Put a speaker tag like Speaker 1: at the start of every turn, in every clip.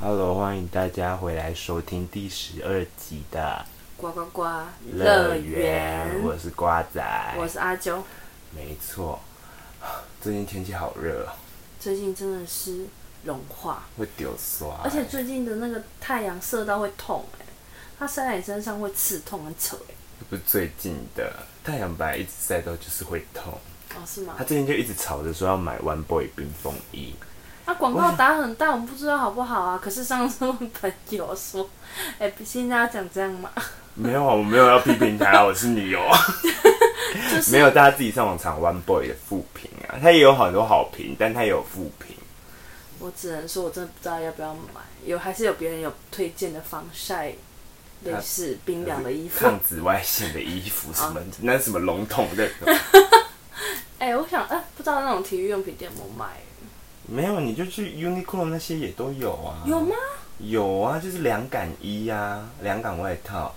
Speaker 1: 欢迎大家回来收听第十二集的
Speaker 2: 呱呱呱
Speaker 1: 乐
Speaker 2: 园，
Speaker 1: 我是瓜仔，
Speaker 2: 我是阿娇。
Speaker 1: 没错， 最近天气好热哦，
Speaker 2: 最近真的是融化，
Speaker 1: 会丢刷，
Speaker 2: 而且最近的那个太阳射到会痛哎、它晒在你身上会刺痛，很扯哎、
Speaker 1: 不是最近的太阳本来一直晒到就是会痛，
Speaker 2: 哦，是吗
Speaker 1: 他？最近就一直吵着说要买 One Boy 冰风衣，
Speaker 2: 它广告打很大，我们不知道好不好啊。可是上次问朋友说，哎、现在要讲这样吗？
Speaker 1: 没有啊，我没有要批评 他，我是你哦。
Speaker 2: 就是
Speaker 1: 没有，大家自己上网查 One Boy 的负评啊，他也有很多好评，但他也有负评。
Speaker 2: 我只能说，我真的不知道要不要买。有还是有别人有推荐的防晒，类似冰凉的衣服？啊
Speaker 1: 抗紫外线的衣服什么，那是什么笼统的，
Speaker 2: 哎、我想，哎、不知道那种体育用品店有没有卖、
Speaker 1: 没有，你就去 Uniqlo 那些也都有啊，
Speaker 2: 有吗？
Speaker 1: 有啊，就是凉感衣啊，凉感外套，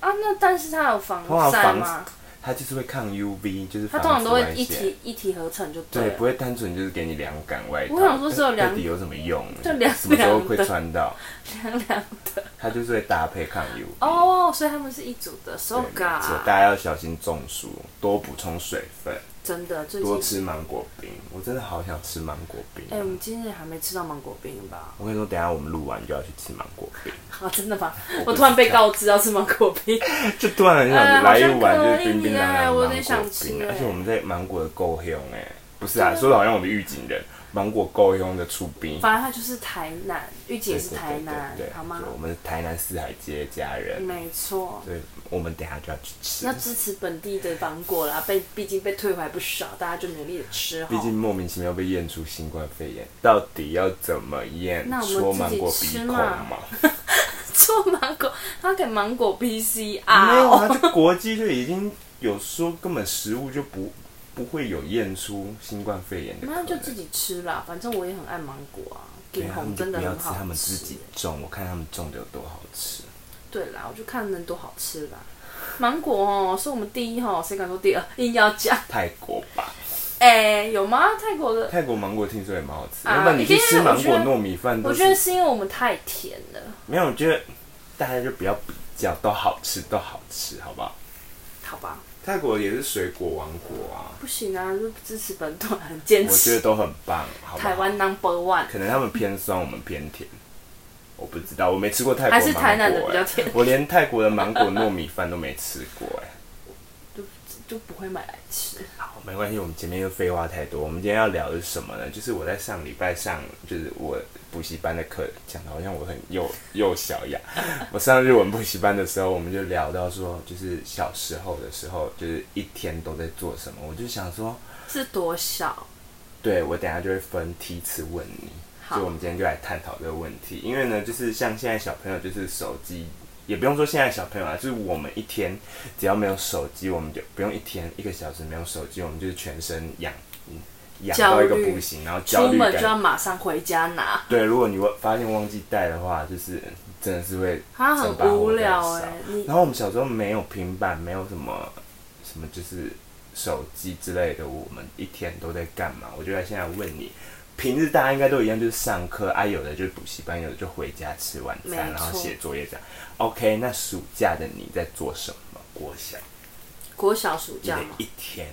Speaker 2: 啊，那但是它有防
Speaker 1: 通常
Speaker 2: 晒
Speaker 1: 防
Speaker 2: 吗？
Speaker 1: 它就是会抗 UV，就是
Speaker 2: 它
Speaker 1: 防
Speaker 2: 通常都
Speaker 1: 紫
Speaker 2: 会
Speaker 1: 外
Speaker 2: 一
Speaker 1: 线
Speaker 2: 体一体合成就
Speaker 1: 对，
Speaker 2: 了。
Speaker 1: 不会单纯就是给你凉感外套。
Speaker 2: 我想说只有凉
Speaker 1: 到底有什么用？
Speaker 2: 就凉凉的
Speaker 1: 什么时候会穿到？
Speaker 2: 凉凉的
Speaker 1: 它就是会搭配抗 UV。
Speaker 2: 哦啊所以他们是一组的，so
Speaker 1: 对，没错，大
Speaker 2: ga，
Speaker 1: 家要小心中暑，多补充水分，
Speaker 2: 真的最
Speaker 1: 多
Speaker 2: 近，
Speaker 1: 吃芒果冰。我真的好想吃芒果冰
Speaker 2: 哎、我
Speaker 1: 啊。
Speaker 2: 们今天还没吃到芒果冰吧？
Speaker 1: 我跟你说，等一下我们录完就要去吃芒果冰，
Speaker 2: 啊，真的吗？
Speaker 1: 我不
Speaker 2: 我突然被
Speaker 1: 知道
Speaker 2: 告知要吃芒果冰，
Speaker 1: 就突然很想来一碗就是冰冰凉
Speaker 2: 哎好像可以耶
Speaker 1: 凉
Speaker 2: 我
Speaker 1: 的芒
Speaker 2: 有
Speaker 1: 果
Speaker 2: 点想吃
Speaker 1: 冰，
Speaker 2: 哎
Speaker 1: 而且我们在芒果的够凶哎，不是啊，说的好像我们预警人，芒果够凶的出冰，
Speaker 2: 反正它就是台南，玉
Speaker 1: 对
Speaker 2: 姐也是台南
Speaker 1: 对对对，对
Speaker 2: 好吗
Speaker 1: 就？我们台南四海街的家人，
Speaker 2: 没错，
Speaker 1: 所以我们等一下就要去吃
Speaker 2: 要，支持本地的芒果啦，被毕竟被退回不少，大家就努力的吃
Speaker 1: 毕
Speaker 2: 哈。
Speaker 1: 竟莫名其妙被验出新冠肺炎，到底要怎么验
Speaker 2: 那？我们
Speaker 1: 戳芒果
Speaker 2: 自己
Speaker 1: 鼻
Speaker 2: 吃
Speaker 1: 孔
Speaker 2: 嘛
Speaker 1: 吗？
Speaker 2: 做芒果，他给芒果 PCR，
Speaker 1: 没有
Speaker 2: 哦
Speaker 1: 啊，就国际就已经有说根本食物就不不会有验出新冠肺炎的可
Speaker 2: 那
Speaker 1: 能，
Speaker 2: 就自己吃啦，反正我也很爱芒果啊，
Speaker 1: 对
Speaker 2: 给
Speaker 1: 他们
Speaker 2: 红
Speaker 1: 就
Speaker 2: 真的
Speaker 1: 不要
Speaker 2: 很
Speaker 1: 吃
Speaker 2: 好
Speaker 1: 他们自己种，我看他们种的有多好吃。
Speaker 2: 对啦，我就看能多好吃啦。芒果哦，是我们第一哦，谁敢说第二？硬要讲，
Speaker 1: 泰国吧，
Speaker 2: 哎、有吗？泰国的，
Speaker 1: 泰国芒果听说也蛮好吃，
Speaker 2: 啊
Speaker 1: 要不然你去吃芒
Speaker 2: 因为
Speaker 1: 果
Speaker 2: 我觉得
Speaker 1: 糯米饭
Speaker 2: 我
Speaker 1: 都
Speaker 2: 觉得
Speaker 1: 是
Speaker 2: 是因为我们太甜了。
Speaker 1: 没有，我觉得大家就不要比较，都好吃，都好吃，好不好？
Speaker 2: 好吧，
Speaker 1: 泰国也是水果王国啊，
Speaker 2: 不行啊，就支持本土，很坚
Speaker 1: 我觉得
Speaker 2: 持。
Speaker 1: 都很棒，好不好？
Speaker 2: 台湾 number one，
Speaker 1: 可能他们偏酸，我们偏甜，我不知道，我没吃过泰国
Speaker 2: 还
Speaker 1: 芒果、
Speaker 2: 是台南的比较
Speaker 1: 欸
Speaker 2: 甜，
Speaker 1: 我连泰国的芒果糯米饭都没吃过哎、
Speaker 2: 就就不会买来吃。
Speaker 1: 好，没关系，我们前面又废话太多。我们今天要聊的是什么呢？就是我在上礼拜上，就是我补习班的课，讲的好像我很幼幼小一样。我上日文补习班的时候，我们就聊到说，就是小时候的时候，就是一天都在做什么。我就想说，
Speaker 2: 是多少？
Speaker 1: 对我等一下就会分梯次问你，
Speaker 2: 好
Speaker 1: 所以我们今天就来探讨这个问题。因为呢，就是像现在小朋友，就是手机，也不用说现在小朋友啊，就是我们一天只要没有手机，我们就不用一天一个小时没有手机，我们就是全身痒，嗯痒到一个
Speaker 2: 焦虑
Speaker 1: 不行，然后焦
Speaker 2: 出
Speaker 1: 虑
Speaker 2: 门就要
Speaker 1: 感。
Speaker 2: 马上回家拿，
Speaker 1: 对，如果你忘发现忘记带的话，就是真的是会
Speaker 2: 他很
Speaker 1: 整把火
Speaker 2: 无
Speaker 1: 都
Speaker 2: 聊
Speaker 1: 烧
Speaker 2: 哎、你
Speaker 1: 然后我们小时候没有平板，没有什么什么就是手机之类的，我们一天都在干嘛？我就在现在问你，平日大家应该都一样，就是上课啊，有的就是补习班，有的就回家吃晚餐，
Speaker 2: 没错
Speaker 1: 然后写作业这样。OK，那暑假的你在做什么？我想
Speaker 2: 国小暑
Speaker 1: 你
Speaker 2: 假
Speaker 1: 的
Speaker 2: 嘛，
Speaker 1: 一天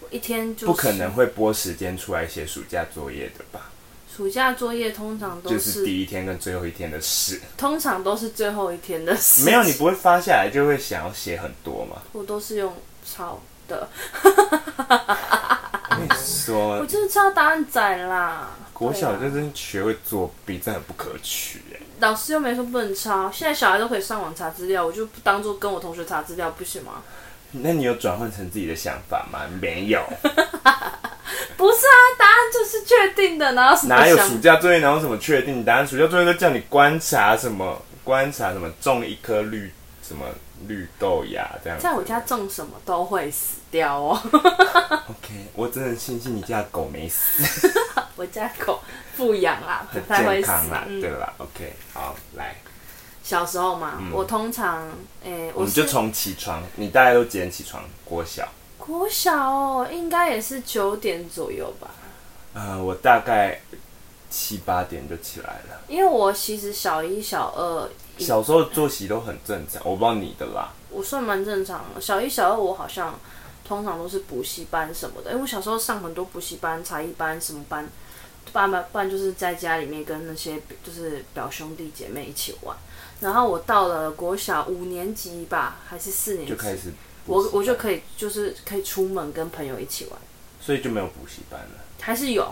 Speaker 2: 我一天就是
Speaker 1: 不可能会拨时间出来写暑假作业的吧？
Speaker 2: 暑假作业通常都，
Speaker 1: 就是是第一天跟最后一天的事，
Speaker 2: 通常都是最后一天的事。
Speaker 1: 没有你，不会发下来就会想要写很多嘛？
Speaker 2: 我都是用抄的，
Speaker 1: 我跟你说，
Speaker 2: 啊我就是抄答案仔啦。
Speaker 1: 国小
Speaker 2: 对
Speaker 1: 就
Speaker 2: 啊
Speaker 1: 是学会作弊，真的很不可取哎、
Speaker 2: 老师又没说不能抄，现在小孩都可以上网查资料，我就不当做跟我同学查资料，不行吗？
Speaker 1: 那你有转换成自己的想法吗？没 有，
Speaker 2: 不是啊，答案就是确定的，哪有什么
Speaker 1: 哪有
Speaker 2: 想
Speaker 1: 暑假作业哪有什么确定答案？暑假作业都叫你观察什么，观察什么，种一颗绿什么绿豆芽这样子。
Speaker 2: 在我家种什么都会死掉哦。
Speaker 1: OK，我真的庆幸你家的狗没死，
Speaker 2: 我家狗富养啦，不
Speaker 1: 很
Speaker 2: 太会
Speaker 1: 健
Speaker 2: 死
Speaker 1: 康啦，
Speaker 2: 嗯
Speaker 1: 对啦 OK，好，来，
Speaker 2: 小时候嘛，我通常诶、
Speaker 1: 嗯我
Speaker 2: 我
Speaker 1: 们就是从起床，你大概都几点起床？国小，
Speaker 2: 国小哦，应该也是九点左右吧。
Speaker 1: 呃，我大概七八点就起来了。
Speaker 2: 因为我其实小一、小二，
Speaker 1: 小时候作息都很正常，我不知道你的啦。
Speaker 2: 我算蛮正常的。小一、小二我好像通常都是补习班什么的。因为我小时候上很多补习班、才艺班什么班，爸爸不然就是在家里面跟那些就是表兄弟姐妹一起玩。然后我到了国小五年级吧，还是四年级，
Speaker 1: 就开始补习
Speaker 2: 我
Speaker 1: 班，
Speaker 2: 我就可以就是可以出门跟朋友一起玩，
Speaker 1: 所以就没有补习班了。
Speaker 2: 还是有。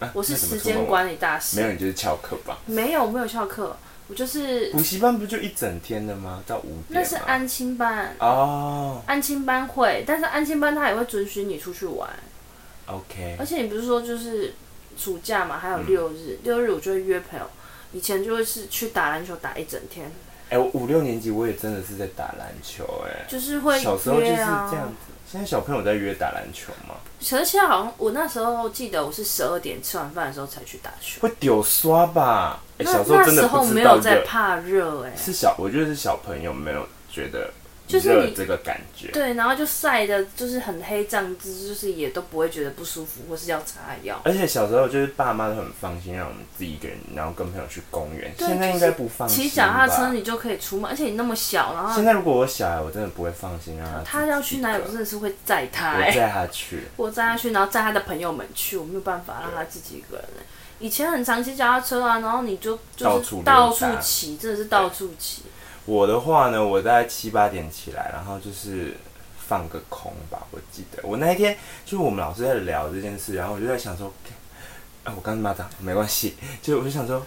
Speaker 1: 啊
Speaker 2: 我是
Speaker 1: 那怎么
Speaker 2: 时
Speaker 1: 出门
Speaker 2: 间
Speaker 1: 玩
Speaker 2: 管理大
Speaker 1: 没有，
Speaker 2: 师，
Speaker 1: 你就是翘课吧？
Speaker 2: 没有没有翘课，我就是
Speaker 1: 补习班不就一整天的吗？到五点吗？
Speaker 2: 那是安亲班，
Speaker 1: 哦、
Speaker 2: 安亲班会，但是安亲班他也会准许你出去玩，
Speaker 1: o k
Speaker 2: 而且你不是说就是暑假嘛，还有六
Speaker 1: 嗯
Speaker 2: 日，六日我就会约朋友，以前就会是去打篮球打一整天，
Speaker 1: 哎、我五六年级我也真的是在打篮球、
Speaker 2: 就是
Speaker 1: 哎，
Speaker 2: 会
Speaker 1: 小时候就是
Speaker 2: 约
Speaker 1: 这
Speaker 2: 啊。
Speaker 1: 样子。现在小朋友在约打篮球吗？
Speaker 2: 可是现在好像我那时候记得我是十二点吃完饭的时候才去打球，
Speaker 1: 会丢刷吧？哎，
Speaker 2: 那
Speaker 1: 小时候
Speaker 2: 那
Speaker 1: 真的
Speaker 2: 时
Speaker 1: 不
Speaker 2: 候
Speaker 1: 知
Speaker 2: 没
Speaker 1: 道
Speaker 2: 有
Speaker 1: 热
Speaker 2: 在，怕热哎、
Speaker 1: 是小，我觉得是小朋友没有觉得
Speaker 2: 就是
Speaker 1: 热
Speaker 2: 你
Speaker 1: 这个感觉。
Speaker 2: 对，然后就晒的，就是很黑这样子，就是也都不会觉得不舒服，或是要擦药。
Speaker 1: 而且小时候就是爸妈都很放心，让我们自己一个人，然后跟朋友去公园。
Speaker 2: 对
Speaker 1: 现在应该不放心吧。
Speaker 2: 骑脚踏车你就可以出门，而且你那么小，然后
Speaker 1: 现在如果我小孩，我真的不会放心让他。
Speaker 2: 他要去哪里，我真的是会载他、
Speaker 1: 我
Speaker 2: 欸。
Speaker 1: 载他去。
Speaker 2: 我载他去，然后载他的朋友们去，我没有办法让他自己一个人、欸。以前很常骑脚踏车啊，然后你就
Speaker 1: 到
Speaker 2: 就
Speaker 1: 处
Speaker 2: 是
Speaker 1: 溜
Speaker 2: 到处
Speaker 1: 达
Speaker 2: 骑，真的是到处骑。
Speaker 1: 我的话呢，我大概七八点起来，然后就是放个空吧。我记得我那一天就是我们老师在聊这件事，然后我就在想说，哎、我刚刚骂脏，没关系，就我就想说，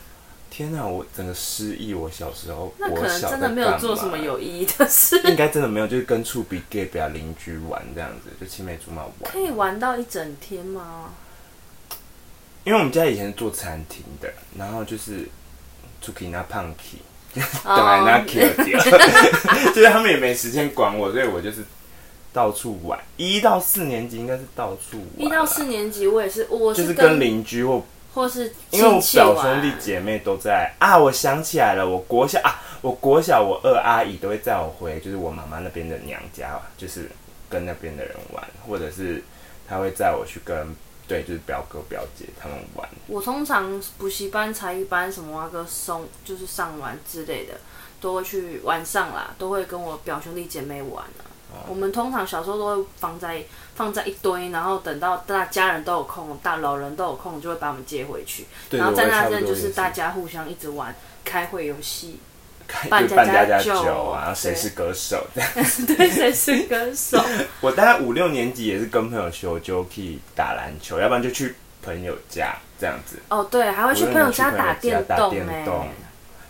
Speaker 1: 天哪，我整个失忆，我小时候，
Speaker 2: 那可
Speaker 1: 我
Speaker 2: 能
Speaker 1: 小
Speaker 2: 真的
Speaker 1: 在
Speaker 2: 没有
Speaker 1: 干
Speaker 2: 做什
Speaker 1: 嘛
Speaker 2: 么有意义的事，
Speaker 1: 应该真的没有，就是跟处比 gay 比较邻居玩这样子，就青梅竹马玩
Speaker 2: 可。以玩到一整 天吗？
Speaker 1: 因为我们家以前是做餐厅的，然后就是出去拿胖 key，
Speaker 2: 哦
Speaker 1: 当然那 kill 掉， 就是他们也没时间管我，所以我就是到处玩。一到四年级应该是到处玩啦，
Speaker 2: 嗯一到四年级我也是，我
Speaker 1: 就是
Speaker 2: 跟
Speaker 1: 跟邻居或
Speaker 2: 或是
Speaker 1: 因为我
Speaker 2: 亲戚
Speaker 1: 表兄
Speaker 2: 玩，
Speaker 1: 弟姐妹都在啊，我想起来了，我国小啊，我国小我二阿姨都会载我回，就是我妈妈那边的娘家，就是跟那边的人玩，或者是她会载我去跟对，就是表哥表姐他们玩。
Speaker 2: 我通常补习班、才艺班什么啊，哥松就是上完之类的，都会去晚上啦，都会跟我表兄弟姐妹玩啊。
Speaker 1: 哦
Speaker 2: 我们通常小时候都会放在放在一堆，然后等到大家人都有空，大老人都有空，就会把我们接回去。
Speaker 1: 对
Speaker 2: 然后在那
Speaker 1: 我也差
Speaker 2: 阵
Speaker 1: 不多
Speaker 2: 就
Speaker 1: 也
Speaker 2: 是
Speaker 1: 是
Speaker 2: 大家互相一直玩开会游戏，
Speaker 1: 看
Speaker 2: 扮
Speaker 1: 就办
Speaker 2: 家
Speaker 1: 家
Speaker 2: 家
Speaker 1: 酒
Speaker 2: 酒
Speaker 1: 啊，然后谁
Speaker 2: 对
Speaker 1: 是歌手？
Speaker 2: 对，谁是歌手？
Speaker 1: 我大概五六年级也是跟朋友学 j o k 打篮球，要不然就去朋友家这样子。
Speaker 2: 哦，对，还会去朋友家打电
Speaker 1: 打
Speaker 2: 动
Speaker 1: 电
Speaker 2: 哎、
Speaker 1: 动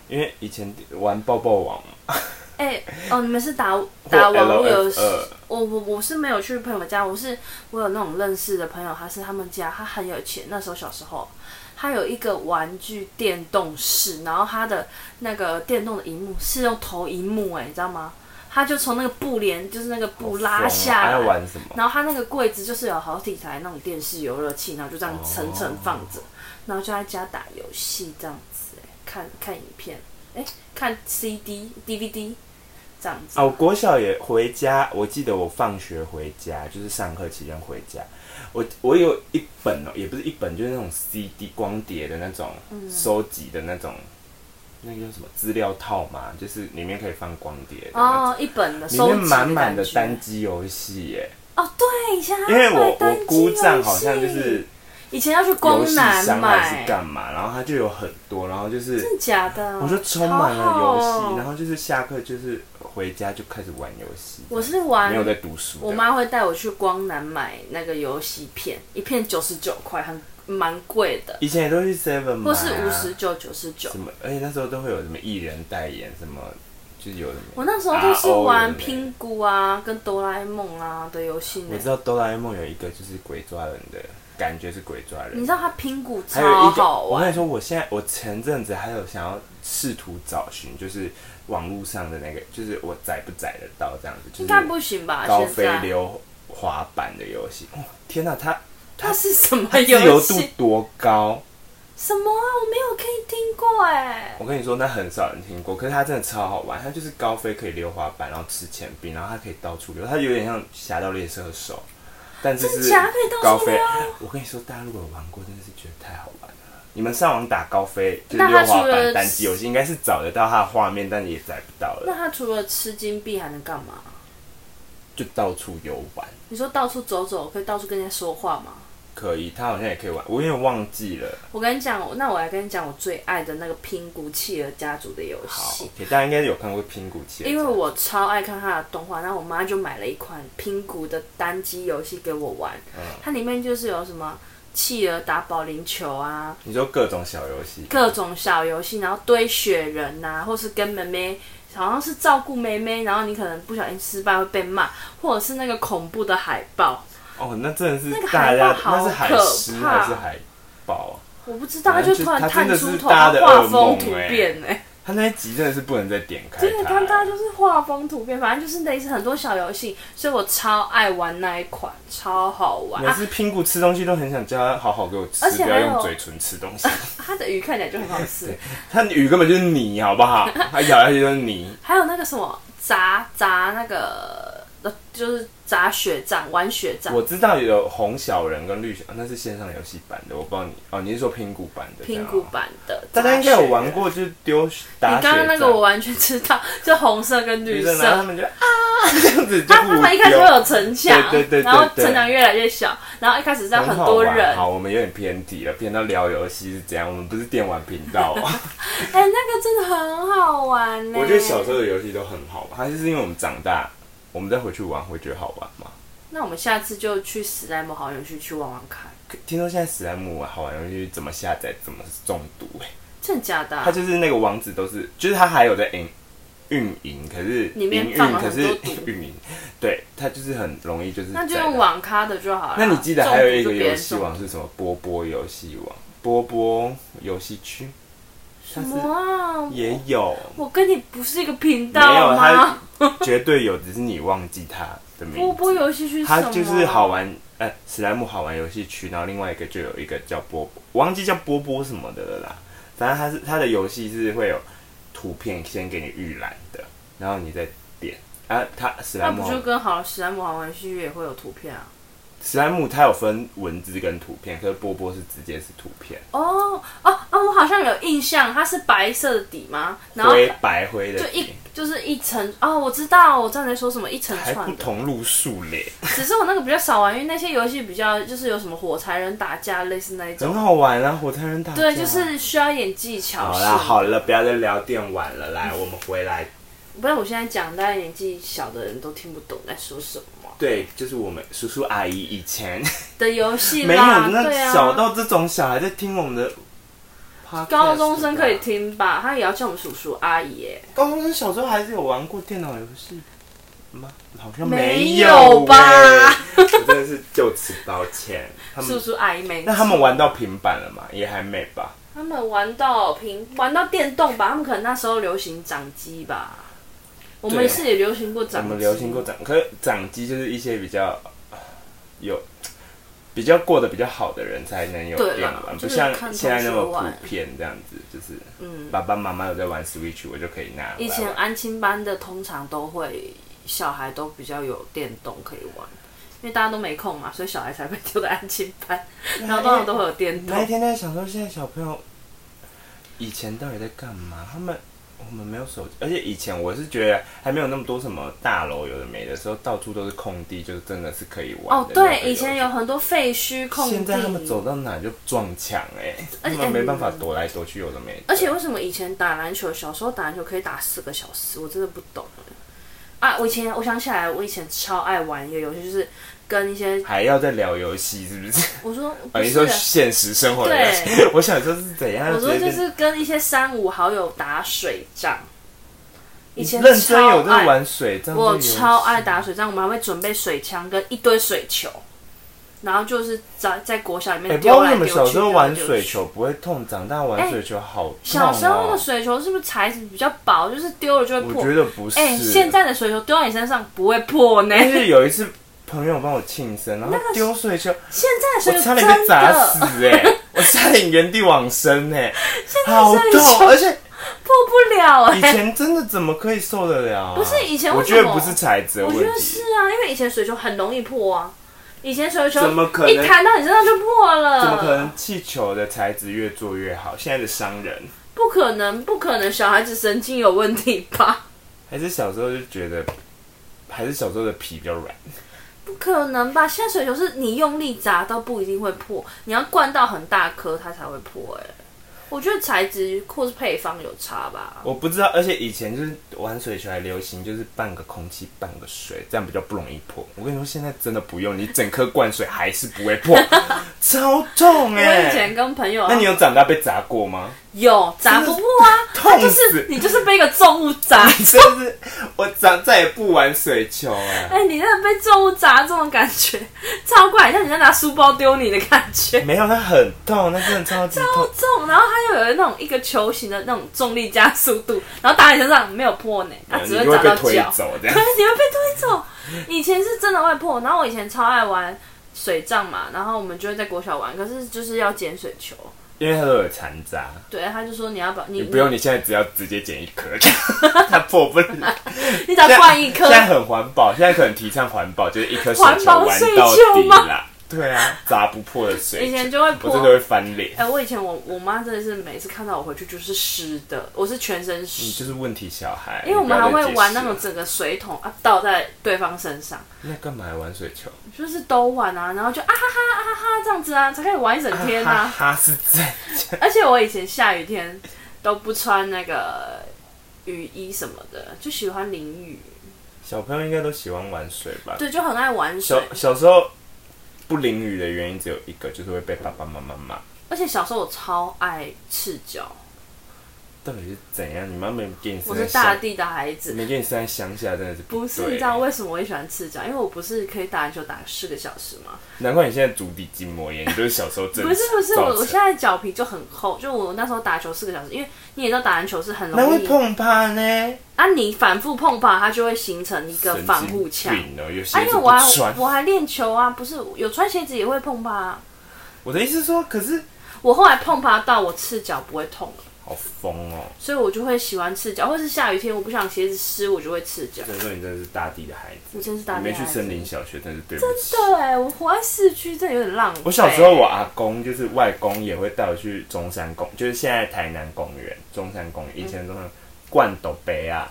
Speaker 1: 因为以前玩抱抱网嘛，
Speaker 2: 哎、哦，你们是打打网络游戏
Speaker 1: LFL？
Speaker 2: 我我我是没有去朋友家，我是我有那种认识的朋友，他是他们家，他很有钱，那时候小时候，他有一个玩具电动室，然后他的那个电动的荧幕是用投荧幕、哎，你知道吗？他就从那个布帘，就是那个布拉下
Speaker 1: 哦还要
Speaker 2: 来，
Speaker 1: 玩什么？
Speaker 2: 然后他那个柜子就是有好几台那种电视游乐器，然后就这样层层放着，
Speaker 1: 哦
Speaker 2: 然后就在家打游戏这样子、哎看看影片，哎、看 CD、DVD 这样子。
Speaker 1: 啊，我国小也回家，我记得我放学回家，就是上课期间回家，我我有一本哦，也不是一本，就是那种 CD 光碟的那种
Speaker 2: 嗯
Speaker 1: 收集的那种，那个叫什么资料套嘛，就是里面可以放光碟的那种。
Speaker 2: 哦，一本的
Speaker 1: 里
Speaker 2: 收集
Speaker 1: 面
Speaker 2: 的
Speaker 1: 满满的
Speaker 2: 感觉
Speaker 1: 单机游戏耶，
Speaker 2: 哦，对，以前还
Speaker 1: 因为我
Speaker 2: 会单
Speaker 1: 我
Speaker 2: 机
Speaker 1: 姑丈
Speaker 2: 游
Speaker 1: 好像就
Speaker 2: 戏
Speaker 1: 是
Speaker 2: 以前要去
Speaker 1: 游
Speaker 2: 啊光
Speaker 1: 戏
Speaker 2: 南
Speaker 1: 商还是
Speaker 2: 买，
Speaker 1: 干嘛，然后他就有很多，然后就是
Speaker 2: 真的假的？
Speaker 1: 我就充满了游
Speaker 2: 好好
Speaker 1: 戏，
Speaker 2: 哦
Speaker 1: 然后就是下课就是回家就开始玩游戏，
Speaker 2: 我是
Speaker 1: 没有
Speaker 2: 玩，
Speaker 1: 在读书的。
Speaker 2: 我妈会带我去光南买那个游戏片，一片九十九块，很蛮贵的，
Speaker 1: 以前也都去 Seven 买、啊，
Speaker 2: 或是五十九、九十九
Speaker 1: 什。么，而且那时候都会有什么艺人代言，什么就是有什么。
Speaker 2: 我那时候都是玩
Speaker 1: RO 的
Speaker 2: 拼咕啊、跟哆啦 A 梦啊的游戏
Speaker 1: 我
Speaker 2: 呢
Speaker 1: 知。道哆啦 A 梦有一个就是鬼抓人的感觉是鬼抓人，
Speaker 2: 你知道它拼咕
Speaker 1: 还有
Speaker 2: 超
Speaker 1: 一个，
Speaker 2: 好
Speaker 1: 我跟
Speaker 2: 玩
Speaker 1: 你，说，我现在我前阵子还有想要试图找寻，就是网络上的那个，就是我载不载得到这样子，就
Speaker 2: 应该
Speaker 1: 是
Speaker 2: 不行吧？
Speaker 1: 嗯高
Speaker 2: 现
Speaker 1: 飞
Speaker 2: 在
Speaker 1: 溜滑板的游戏。哦，天哪、它
Speaker 2: 它是什么
Speaker 1: 自由
Speaker 2: 游
Speaker 1: 度
Speaker 2: 戏？
Speaker 1: 多高？
Speaker 2: 什么啊？我没有可以听过哎。
Speaker 1: 我跟你说，那很少人听过，可是它真的超好玩。它就是高飞可以溜滑板，然后吃钱币，然后它可以到处溜，它有点像《侠盗猎车手》，但是
Speaker 2: 真
Speaker 1: 是
Speaker 2: 假可以到处
Speaker 1: 高飞
Speaker 2: 溜。啊
Speaker 1: 我跟你说，大家如果有玩过，真的是觉得太好玩了。你们上网打高飞，就是
Speaker 2: 那它
Speaker 1: 溜滑
Speaker 2: 除了
Speaker 1: 板单机游戏，应该是找得到它的画面，但也载不到
Speaker 2: 那
Speaker 1: 了，
Speaker 2: 他除了吃金币还能干嘛？
Speaker 1: 就到处游玩。
Speaker 2: 你说到处走走，可以到处跟人家说话吗？
Speaker 1: 可以，它好像也可以玩，我有点忘记了。
Speaker 2: 我跟你讲，那我来跟你讲我最爱的那个拼骨企鹅家族的游
Speaker 1: 好
Speaker 2: 戏，
Speaker 1: ，OK，大家应该有看过《拼骨奇》，
Speaker 2: 因为我超爱看它的动画，然后我妈就买了一款拼骨的单机游戏给我玩，
Speaker 1: 嗯
Speaker 2: 它里面就是有什么企鹅打保龄球啊，
Speaker 1: 你说各种小游戏，
Speaker 2: 各种小游戏，然后堆雪人呐、或是跟妹妹，好像是照顾妹妹，然后你可能不小心失败会被骂，或者是那个恐怖的海报，
Speaker 1: 哦，那真的是
Speaker 2: 那个
Speaker 1: 大
Speaker 2: 海
Speaker 1: 家
Speaker 2: 报好
Speaker 1: 那是海狮
Speaker 2: 可怕
Speaker 1: 还是海豹啊？
Speaker 2: 我不知道，它
Speaker 1: 反正
Speaker 2: 就
Speaker 1: 就
Speaker 2: 突然
Speaker 1: 它
Speaker 2: 探
Speaker 1: 真的
Speaker 2: 出
Speaker 1: 是
Speaker 2: 头，
Speaker 1: 大
Speaker 2: 它
Speaker 1: 家的
Speaker 2: 画
Speaker 1: 噩
Speaker 2: 风
Speaker 1: 梦
Speaker 2: 突
Speaker 1: 欸
Speaker 2: 变哎、
Speaker 1: 它那一集真的是不能再点开它
Speaker 2: 真
Speaker 1: 了，
Speaker 2: 的，它大家就是画风突变，反正就是类似很多小游戏，所以我超爱玩那一款，超好玩。
Speaker 1: 每
Speaker 2: 啊、
Speaker 1: 次拼骨吃东西都很想叫他好好给我吃
Speaker 2: 而，且
Speaker 1: 不要
Speaker 2: 还有
Speaker 1: 用嘴唇吃东西。
Speaker 2: 它的鱼看起来就很好吃，
Speaker 1: 它鱼根本就是泥，好不好？它咬下去就是 泥。
Speaker 2: 还有那个什么砸砸那个，呃就是砸雪仗，玩雪仗
Speaker 1: 我。知道有红小人跟绿小，那是线上游戏版的，我不知道你哦，你是说拼骨版的？哦
Speaker 2: 拼骨，版的，
Speaker 1: 大家应该有玩过，就是丢打雪
Speaker 2: 你刚刚那个
Speaker 1: 仗
Speaker 2: 我完全知道，就红色跟绿
Speaker 1: 绿
Speaker 2: 色。
Speaker 1: 色，然后他们就啊 这样子就
Speaker 2: 他
Speaker 1: 互
Speaker 2: 他们一开始
Speaker 1: 丢
Speaker 2: 会有城墙，
Speaker 1: 对对对对
Speaker 2: 然后
Speaker 1: 对
Speaker 2: 城墙越来越小，然后一开始是要很多
Speaker 1: 好玩
Speaker 2: 人，
Speaker 1: 好，我们有点偏题了，偏到聊游戏是怎样？我们不是电玩频 道啊。
Speaker 2: 哎、那个真的很好玩呢、
Speaker 1: 我觉得小时候的游戏都很好玩，还是因为我们长大，我们再回去玩会觉得好玩吗？
Speaker 2: 那我们下次就去史莱姆好友区去玩玩看，
Speaker 1: 听说现在史莱姆玩好玩游戏怎么下载怎么中毒、欸，
Speaker 2: 真的假的啊、
Speaker 1: 它就是那个网址都是，就是它还有在营运营，可是
Speaker 2: 里面
Speaker 1: 营运
Speaker 2: 放了
Speaker 1: 可
Speaker 2: 很
Speaker 1: 是
Speaker 2: 多毒
Speaker 1: 运营，对，它就是很容易就是
Speaker 2: 那就
Speaker 1: 载
Speaker 2: 用
Speaker 1: 到。
Speaker 2: 网咖的就好了。
Speaker 1: 那你记得还有一个
Speaker 2: 中毒就别
Speaker 1: 游
Speaker 2: 人
Speaker 1: 戏
Speaker 2: 中
Speaker 1: 网是什么？波波游戏网，波波游戏区，它
Speaker 2: 毒
Speaker 1: 是
Speaker 2: 哇，
Speaker 1: 也有，
Speaker 2: 我跟你不是一个频
Speaker 1: 没有
Speaker 2: 道
Speaker 1: 它
Speaker 2: 吗？
Speaker 1: 绝对有，只是你忘记它的名字。
Speaker 2: 波波游戏区
Speaker 1: 它
Speaker 2: 什么啊
Speaker 1: 就是好玩，呃，史莱姆好玩游戏区，然后另外一个就有一个叫波波，我忘记叫波波什么的了啦。反正它是它的游戏是会有图片先给你预览的，然后你再点。啊，它史莱
Speaker 2: 那
Speaker 1: 姆
Speaker 2: 不就跟好史莱姆好玩游戏区也会有图片啊？
Speaker 1: 史莱姆它有分文字跟图片，可是波波是直接是图片，
Speaker 2: 哦哦哦，我好像有印象，它是白色的底吗？然后
Speaker 1: 灰白灰的
Speaker 2: 就一
Speaker 1: 底，
Speaker 2: 就是一层哦，我知道，我知道你在说什么，一层
Speaker 1: 还不
Speaker 2: 串的。
Speaker 1: 同路数嘞，
Speaker 2: 只是我那个比较少玩，因为那些游戏比较就是有什么火柴人打架类似那一
Speaker 1: 很
Speaker 2: 种，
Speaker 1: 好玩啊！火柴人打
Speaker 2: 对，
Speaker 1: 架
Speaker 2: 就是需要一点技
Speaker 1: 好
Speaker 2: 巧性。
Speaker 1: 啦好了，不要再聊电玩了，来，我们回来
Speaker 2: 不然我现在讲，大家年纪小的人都听不懂在说什么
Speaker 1: 对，就是我们叔叔阿姨以前
Speaker 2: 的游戏
Speaker 1: 没有
Speaker 2: 啦，对
Speaker 1: 那小
Speaker 2: 啊。
Speaker 1: 到这种小孩在听我们的 podcast 吧，
Speaker 2: 高中生可以听吧，他也要叫我们叔叔阿姨耶，
Speaker 1: 高中生小时候还是有玩过电脑游戏吗？好像
Speaker 2: 没
Speaker 1: 有
Speaker 2: 有吧
Speaker 1: 欸我真的是就此抱歉。他
Speaker 2: 叔
Speaker 1: 们
Speaker 2: 叔阿姨没。
Speaker 1: 那他们玩到平板了吗？也还没吧。
Speaker 2: 他们玩到平玩到电动吧，他们可能那时候流行掌机吧。我们
Speaker 1: 对
Speaker 2: 是也流行过
Speaker 1: 我
Speaker 2: 掌机，
Speaker 1: 们流行过掌，可是掌机就是一些比较呃有比较过得比较好的人才能有
Speaker 2: 对啦
Speaker 1: 电玩，不
Speaker 2: 就是
Speaker 1: 像
Speaker 2: 看同
Speaker 1: 现在那么
Speaker 2: 学玩
Speaker 1: 普遍这样子，就是。
Speaker 2: 嗯，
Speaker 1: 爸爸妈妈有在玩 Switch，我就可以拿。
Speaker 2: 以前，安亲班的通常都会小孩都比较有电动可以玩，因为大家都没空嘛，所以小孩才被丢在安亲班，然后通常都会有电
Speaker 1: 那一
Speaker 2: 动。
Speaker 1: 天在想说，现在小朋友以前到底在干嘛？他们我们没有手机，而且以前我是觉得还没有那么多什么大楼有的没的时候，到处都是空地，就是真的是可以玩
Speaker 2: 哦
Speaker 1: 的。，
Speaker 2: 对，以前有。很多废墟空地，
Speaker 1: 现在他们走到哪就撞墙哎、
Speaker 2: 而且
Speaker 1: 他们没办法躲来躲去，有的没的。
Speaker 2: 而且为什么以前打篮球，小时候打篮球可以打四个小时，我真的不懂啊！我以前我想起来，我以前超爱玩一个游戏，就是跟一些
Speaker 1: 还要再聊游戏是不是？
Speaker 2: 我说
Speaker 1: 啊，
Speaker 2: 不
Speaker 1: 你
Speaker 2: 是
Speaker 1: 说，现实生活的游戏，我想说是怎样？
Speaker 2: 我说
Speaker 1: 直接
Speaker 2: 就
Speaker 1: 变
Speaker 2: 是跟一些三五好友打水仗。以前
Speaker 1: 认真有
Speaker 2: 超爱
Speaker 1: 在玩水仗这个
Speaker 2: 我
Speaker 1: 游戏，
Speaker 2: 超爱打水仗，我们还会准备水枪跟一堆水球，然后就是在在国小里
Speaker 1: 哎、
Speaker 2: 面
Speaker 1: 不知道
Speaker 2: 丢
Speaker 1: 为
Speaker 2: 来
Speaker 1: 什么
Speaker 2: 丢去。
Speaker 1: 小时候玩
Speaker 2: 丢来丢去哎
Speaker 1: 水，球不会痛，长大玩水球好痛、哦
Speaker 2: 小时候的水球是不是材质比较薄，就是丢了就会
Speaker 1: 我
Speaker 2: 破
Speaker 1: 觉？得不是。哎
Speaker 2: 哎、现在的水球丢到你身上不会破呢。
Speaker 1: 但是有一次朋友帮我庆生，然后丢水球，
Speaker 2: 现在
Speaker 1: 我
Speaker 2: 的
Speaker 1: 差
Speaker 2: 水
Speaker 1: 点
Speaker 2: 球
Speaker 1: 被
Speaker 2: 真
Speaker 1: 砸
Speaker 2: 的
Speaker 1: 死哎、我差点原地往生 哎、好
Speaker 2: 水球
Speaker 1: 痛！而且
Speaker 2: 破不了哎、
Speaker 1: 以前真的怎么可以受得了、啊？
Speaker 2: 不是以前
Speaker 1: 我
Speaker 2: 为什
Speaker 1: 觉
Speaker 2: 么
Speaker 1: 得不是材质的
Speaker 2: 我
Speaker 1: 问
Speaker 2: 觉得
Speaker 1: 题
Speaker 2: 是，啊，因为以前水球很容易破啊，以前水球
Speaker 1: 怎么可能
Speaker 2: 一弹到你身上就破了，
Speaker 1: 怎么可能气球的材质越做越好，现在的商人
Speaker 2: 不可能，不可能，小孩子神经有问题 吧？
Speaker 1: 还是小时候就觉得，还是小时候的皮比较软。
Speaker 2: 不可能吧？现在水球是你用力砸到不一定会破，你要灌到很大颗它才会破、哎，我觉得材质或是配方有差吧。
Speaker 1: 我不知道，而且以前就是玩水球还流行，就是半个空气半个水，这样比较不容易破。我跟你说，现在真的不用，你整颗灌水还是不会 破，超痛
Speaker 2: 我
Speaker 1: 哎、
Speaker 2: 以前跟朋友啊
Speaker 1: 那你有长大被砸过吗？
Speaker 2: 有砸不破啊，
Speaker 1: 痛
Speaker 2: 它就
Speaker 1: 死
Speaker 2: 是你就是被一个重物砸。
Speaker 1: 真的是，我长再也不玩水球哎、
Speaker 2: 哎、你那被重物砸中的感觉 超怪，像你在拿书包丢你的感觉，
Speaker 1: 没有，它很痛，那真的超级
Speaker 2: 超
Speaker 1: 痛。
Speaker 2: 重。然后它又有那种一个球形的那种重力加速度，然后打在你身上没有破呢，它
Speaker 1: 呃
Speaker 2: 啊只
Speaker 1: 你
Speaker 2: 会
Speaker 1: 就会
Speaker 2: 砸到
Speaker 1: 被推
Speaker 2: 脚。
Speaker 1: 走这
Speaker 2: 对
Speaker 1: 样，，
Speaker 2: 你会被推走。以前是真的会破，然后我以前超爱玩水仗嘛，然后我们就会在国小玩，可是就是要捡水球。
Speaker 1: 因为它都有残 渣。
Speaker 2: 对，他就说你要不要你
Speaker 1: 你不用，你现在只要直接捡一 颗，它破不了。
Speaker 2: 你只要灌一颗
Speaker 1: 现，在很环保，现在可能提倡环保，就是一颗水
Speaker 2: 环
Speaker 1: 球
Speaker 2: 保
Speaker 1: 玩
Speaker 2: 水
Speaker 1: 到
Speaker 2: 球
Speaker 1: 底
Speaker 2: 吗
Speaker 1: 啦。对啊，砸不破的水
Speaker 2: 以前
Speaker 1: 球，
Speaker 2: 就会
Speaker 1: 我
Speaker 2: 破
Speaker 1: 真的。会翻脸。
Speaker 2: 哎、我以前我我妈真的是每次看到我回去就是湿的，我是全身
Speaker 1: 你
Speaker 2: 湿，
Speaker 1: 嗯就是问题小孩，
Speaker 2: 因为我们
Speaker 1: 你
Speaker 2: 还
Speaker 1: 不要再
Speaker 2: 会玩
Speaker 1: 解
Speaker 2: 那
Speaker 1: 释
Speaker 2: 种
Speaker 1: 了
Speaker 2: 整个水桶啊倒在对方身上，
Speaker 1: 那干嘛还玩水球？
Speaker 2: 就是都玩啊，然后就啊哈哈啊哈哈这样子啊，才可以玩一整天
Speaker 1: 哈
Speaker 2: 啊。
Speaker 1: 哈是真的，
Speaker 2: 而且我以前下雨天都不穿那个雨衣什么的，就喜欢淋雨，
Speaker 1: 小朋友应该都喜欢玩水吧？
Speaker 2: 对，就很爱玩水
Speaker 1: 小。小时候不淋雨的原因只有一个，就是会被爸爸妈妈骂。
Speaker 2: 而且小时候我超爱赤脚，
Speaker 1: 到底是怎样？你妈没给你生
Speaker 2: 我
Speaker 1: 在
Speaker 2: 是大
Speaker 1: 乡，
Speaker 2: 地的孩子。
Speaker 1: 没给你生在乡下，真的是
Speaker 2: 不是，
Speaker 1: 对
Speaker 2: 你知道为什么我也喜欢赤脚？因为我不是可以打篮球打四个小时吗？
Speaker 1: 难怪你现在足底筋膜炎，你就是小时候真
Speaker 2: 不是不是，我我现
Speaker 1: 在
Speaker 2: 在脚皮就很厚，就我那时候打球四个小时，因为你也知道打篮球是很
Speaker 1: 那
Speaker 2: 容
Speaker 1: 会
Speaker 2: 易，
Speaker 1: 碰趴呢，
Speaker 2: 啊，你反复碰碰它就会形成一个
Speaker 1: 神
Speaker 2: 防
Speaker 1: 经
Speaker 2: 护墙。
Speaker 1: 病哦，有
Speaker 2: 啊，
Speaker 1: 鞋
Speaker 2: 因为
Speaker 1: 子不
Speaker 2: 我还
Speaker 1: 穿。
Speaker 2: 我还练球啊，不是有穿鞋子也会碰趴、啊。
Speaker 1: 我的意思是说，可是
Speaker 2: 我后来碰趴到我赤脚不会痛了，
Speaker 1: 好疯哦，
Speaker 2: 所以我就会喜欢赤脚，或是下雨天我不想鞋子湿，我就会赤脚。
Speaker 1: 所以说你真的是大地的孩子，
Speaker 2: 我真是大地
Speaker 1: 嗯你没
Speaker 2: 孩
Speaker 1: 去
Speaker 2: 子
Speaker 1: 森林小学，真是对不起。
Speaker 2: 对，我活在市区，真的有点浪费。
Speaker 1: 我小时候，我阿公就是外公也会带我去中山公，就是现在台南公园，中山公园以前中山罐斗杯啊，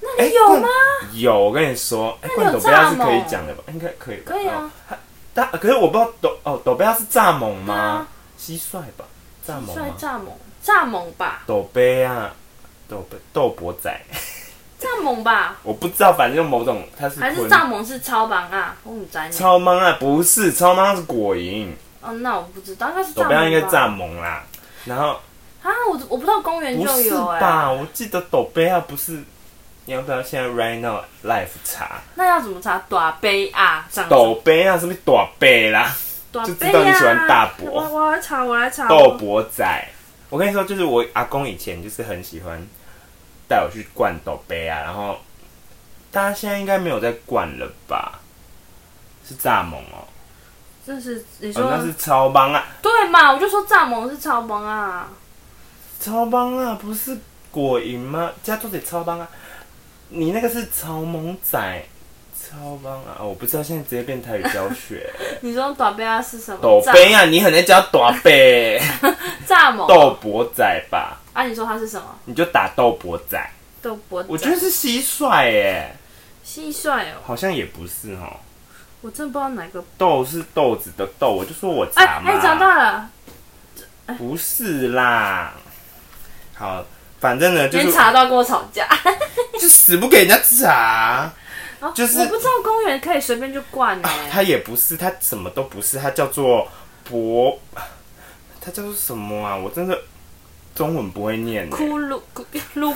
Speaker 2: 那你有吗？
Speaker 1: 有，我跟你说，哎、
Speaker 2: 那
Speaker 1: 罐
Speaker 2: 你有
Speaker 1: 斗杯啊是
Speaker 2: 蚱蜢
Speaker 1: 可以讲的吧？应该可以吧？
Speaker 2: 可以啊
Speaker 1: 哦。但可是我不知道斗哦，斗杯啊是蚱蜢
Speaker 2: 对
Speaker 1: 吗
Speaker 2: 啊？
Speaker 1: 蟋蟀吧，蚱蜢
Speaker 2: 帅
Speaker 1: 吗？
Speaker 2: 蚱蜢，蚱蜢吧，
Speaker 1: 斗杯啊，斗杯斗博仔，
Speaker 2: 蚱蜢吧，
Speaker 1: 我不知道，反正就某种它是
Speaker 2: 还是
Speaker 1: 昆
Speaker 2: 蚱蜢是超棒啊？我唔知呢。
Speaker 1: 超芒啊，不是超芒是果蝇，
Speaker 2: 哦，那我不知道，应该是
Speaker 1: 斗
Speaker 2: 蚱蜢
Speaker 1: 杯啊
Speaker 2: 吧。
Speaker 1: 应该蚱蜢啦，然后。
Speaker 2: 啊，我我不知道公园
Speaker 1: 不
Speaker 2: 就是有哎、
Speaker 1: 吧？我记得抖杯啊，不是？你要不要现在 right now live 查
Speaker 2: 那要怎么查？短杯啊，这样子
Speaker 1: 抖杯啊？是不是短杯啦？
Speaker 2: 短
Speaker 1: 就知
Speaker 2: 杯啊。
Speaker 1: 道你喜欢大伯
Speaker 2: 我我来查，我来查。
Speaker 1: 豆博仔，我跟你说，就是我阿公以前就是很喜欢带我去灌抖杯啊，然后大家现在应该没有在灌了吧？是蚱蜢哦，
Speaker 2: 这是你说、
Speaker 1: 哦那是超棒啊，
Speaker 2: 对嘛？我就说蚱蜢是超棒啊。
Speaker 1: 超棒啊，不是果蝇吗？加州的超棒啊，你那个是草蜢仔，超棒啊！哦我不知道现在直接变台语教学、
Speaker 2: 你说短杯啊是什么？
Speaker 1: 抖杯啊，你很能叫短杯，
Speaker 2: 蚱蜢
Speaker 1: 豆博仔吧，
Speaker 2: 啊？你说它是什么？
Speaker 1: 你就打豆博仔。
Speaker 2: 豆博仔。
Speaker 1: 我觉得是蟋蟀耶，
Speaker 2: 蟋蟀哦，
Speaker 1: 好像也不是哦。
Speaker 2: 我真的不知道哪个。
Speaker 1: 豆是豆子的豆，我就说我
Speaker 2: 哎
Speaker 1: 查嘛，
Speaker 2: 哎，长大了，
Speaker 1: 不是啦。好，反正呢，就是
Speaker 2: 连查到跟我吵 架。
Speaker 1: 就死不给人家查，
Speaker 2: 哦
Speaker 1: 就是
Speaker 2: 我不知道公园可以随便就灌呢、欸
Speaker 1: 它啊也不是，它什么都不是，它叫做博，它叫做什么啊？我真的中文不会念耶。
Speaker 2: 骷髅骷髅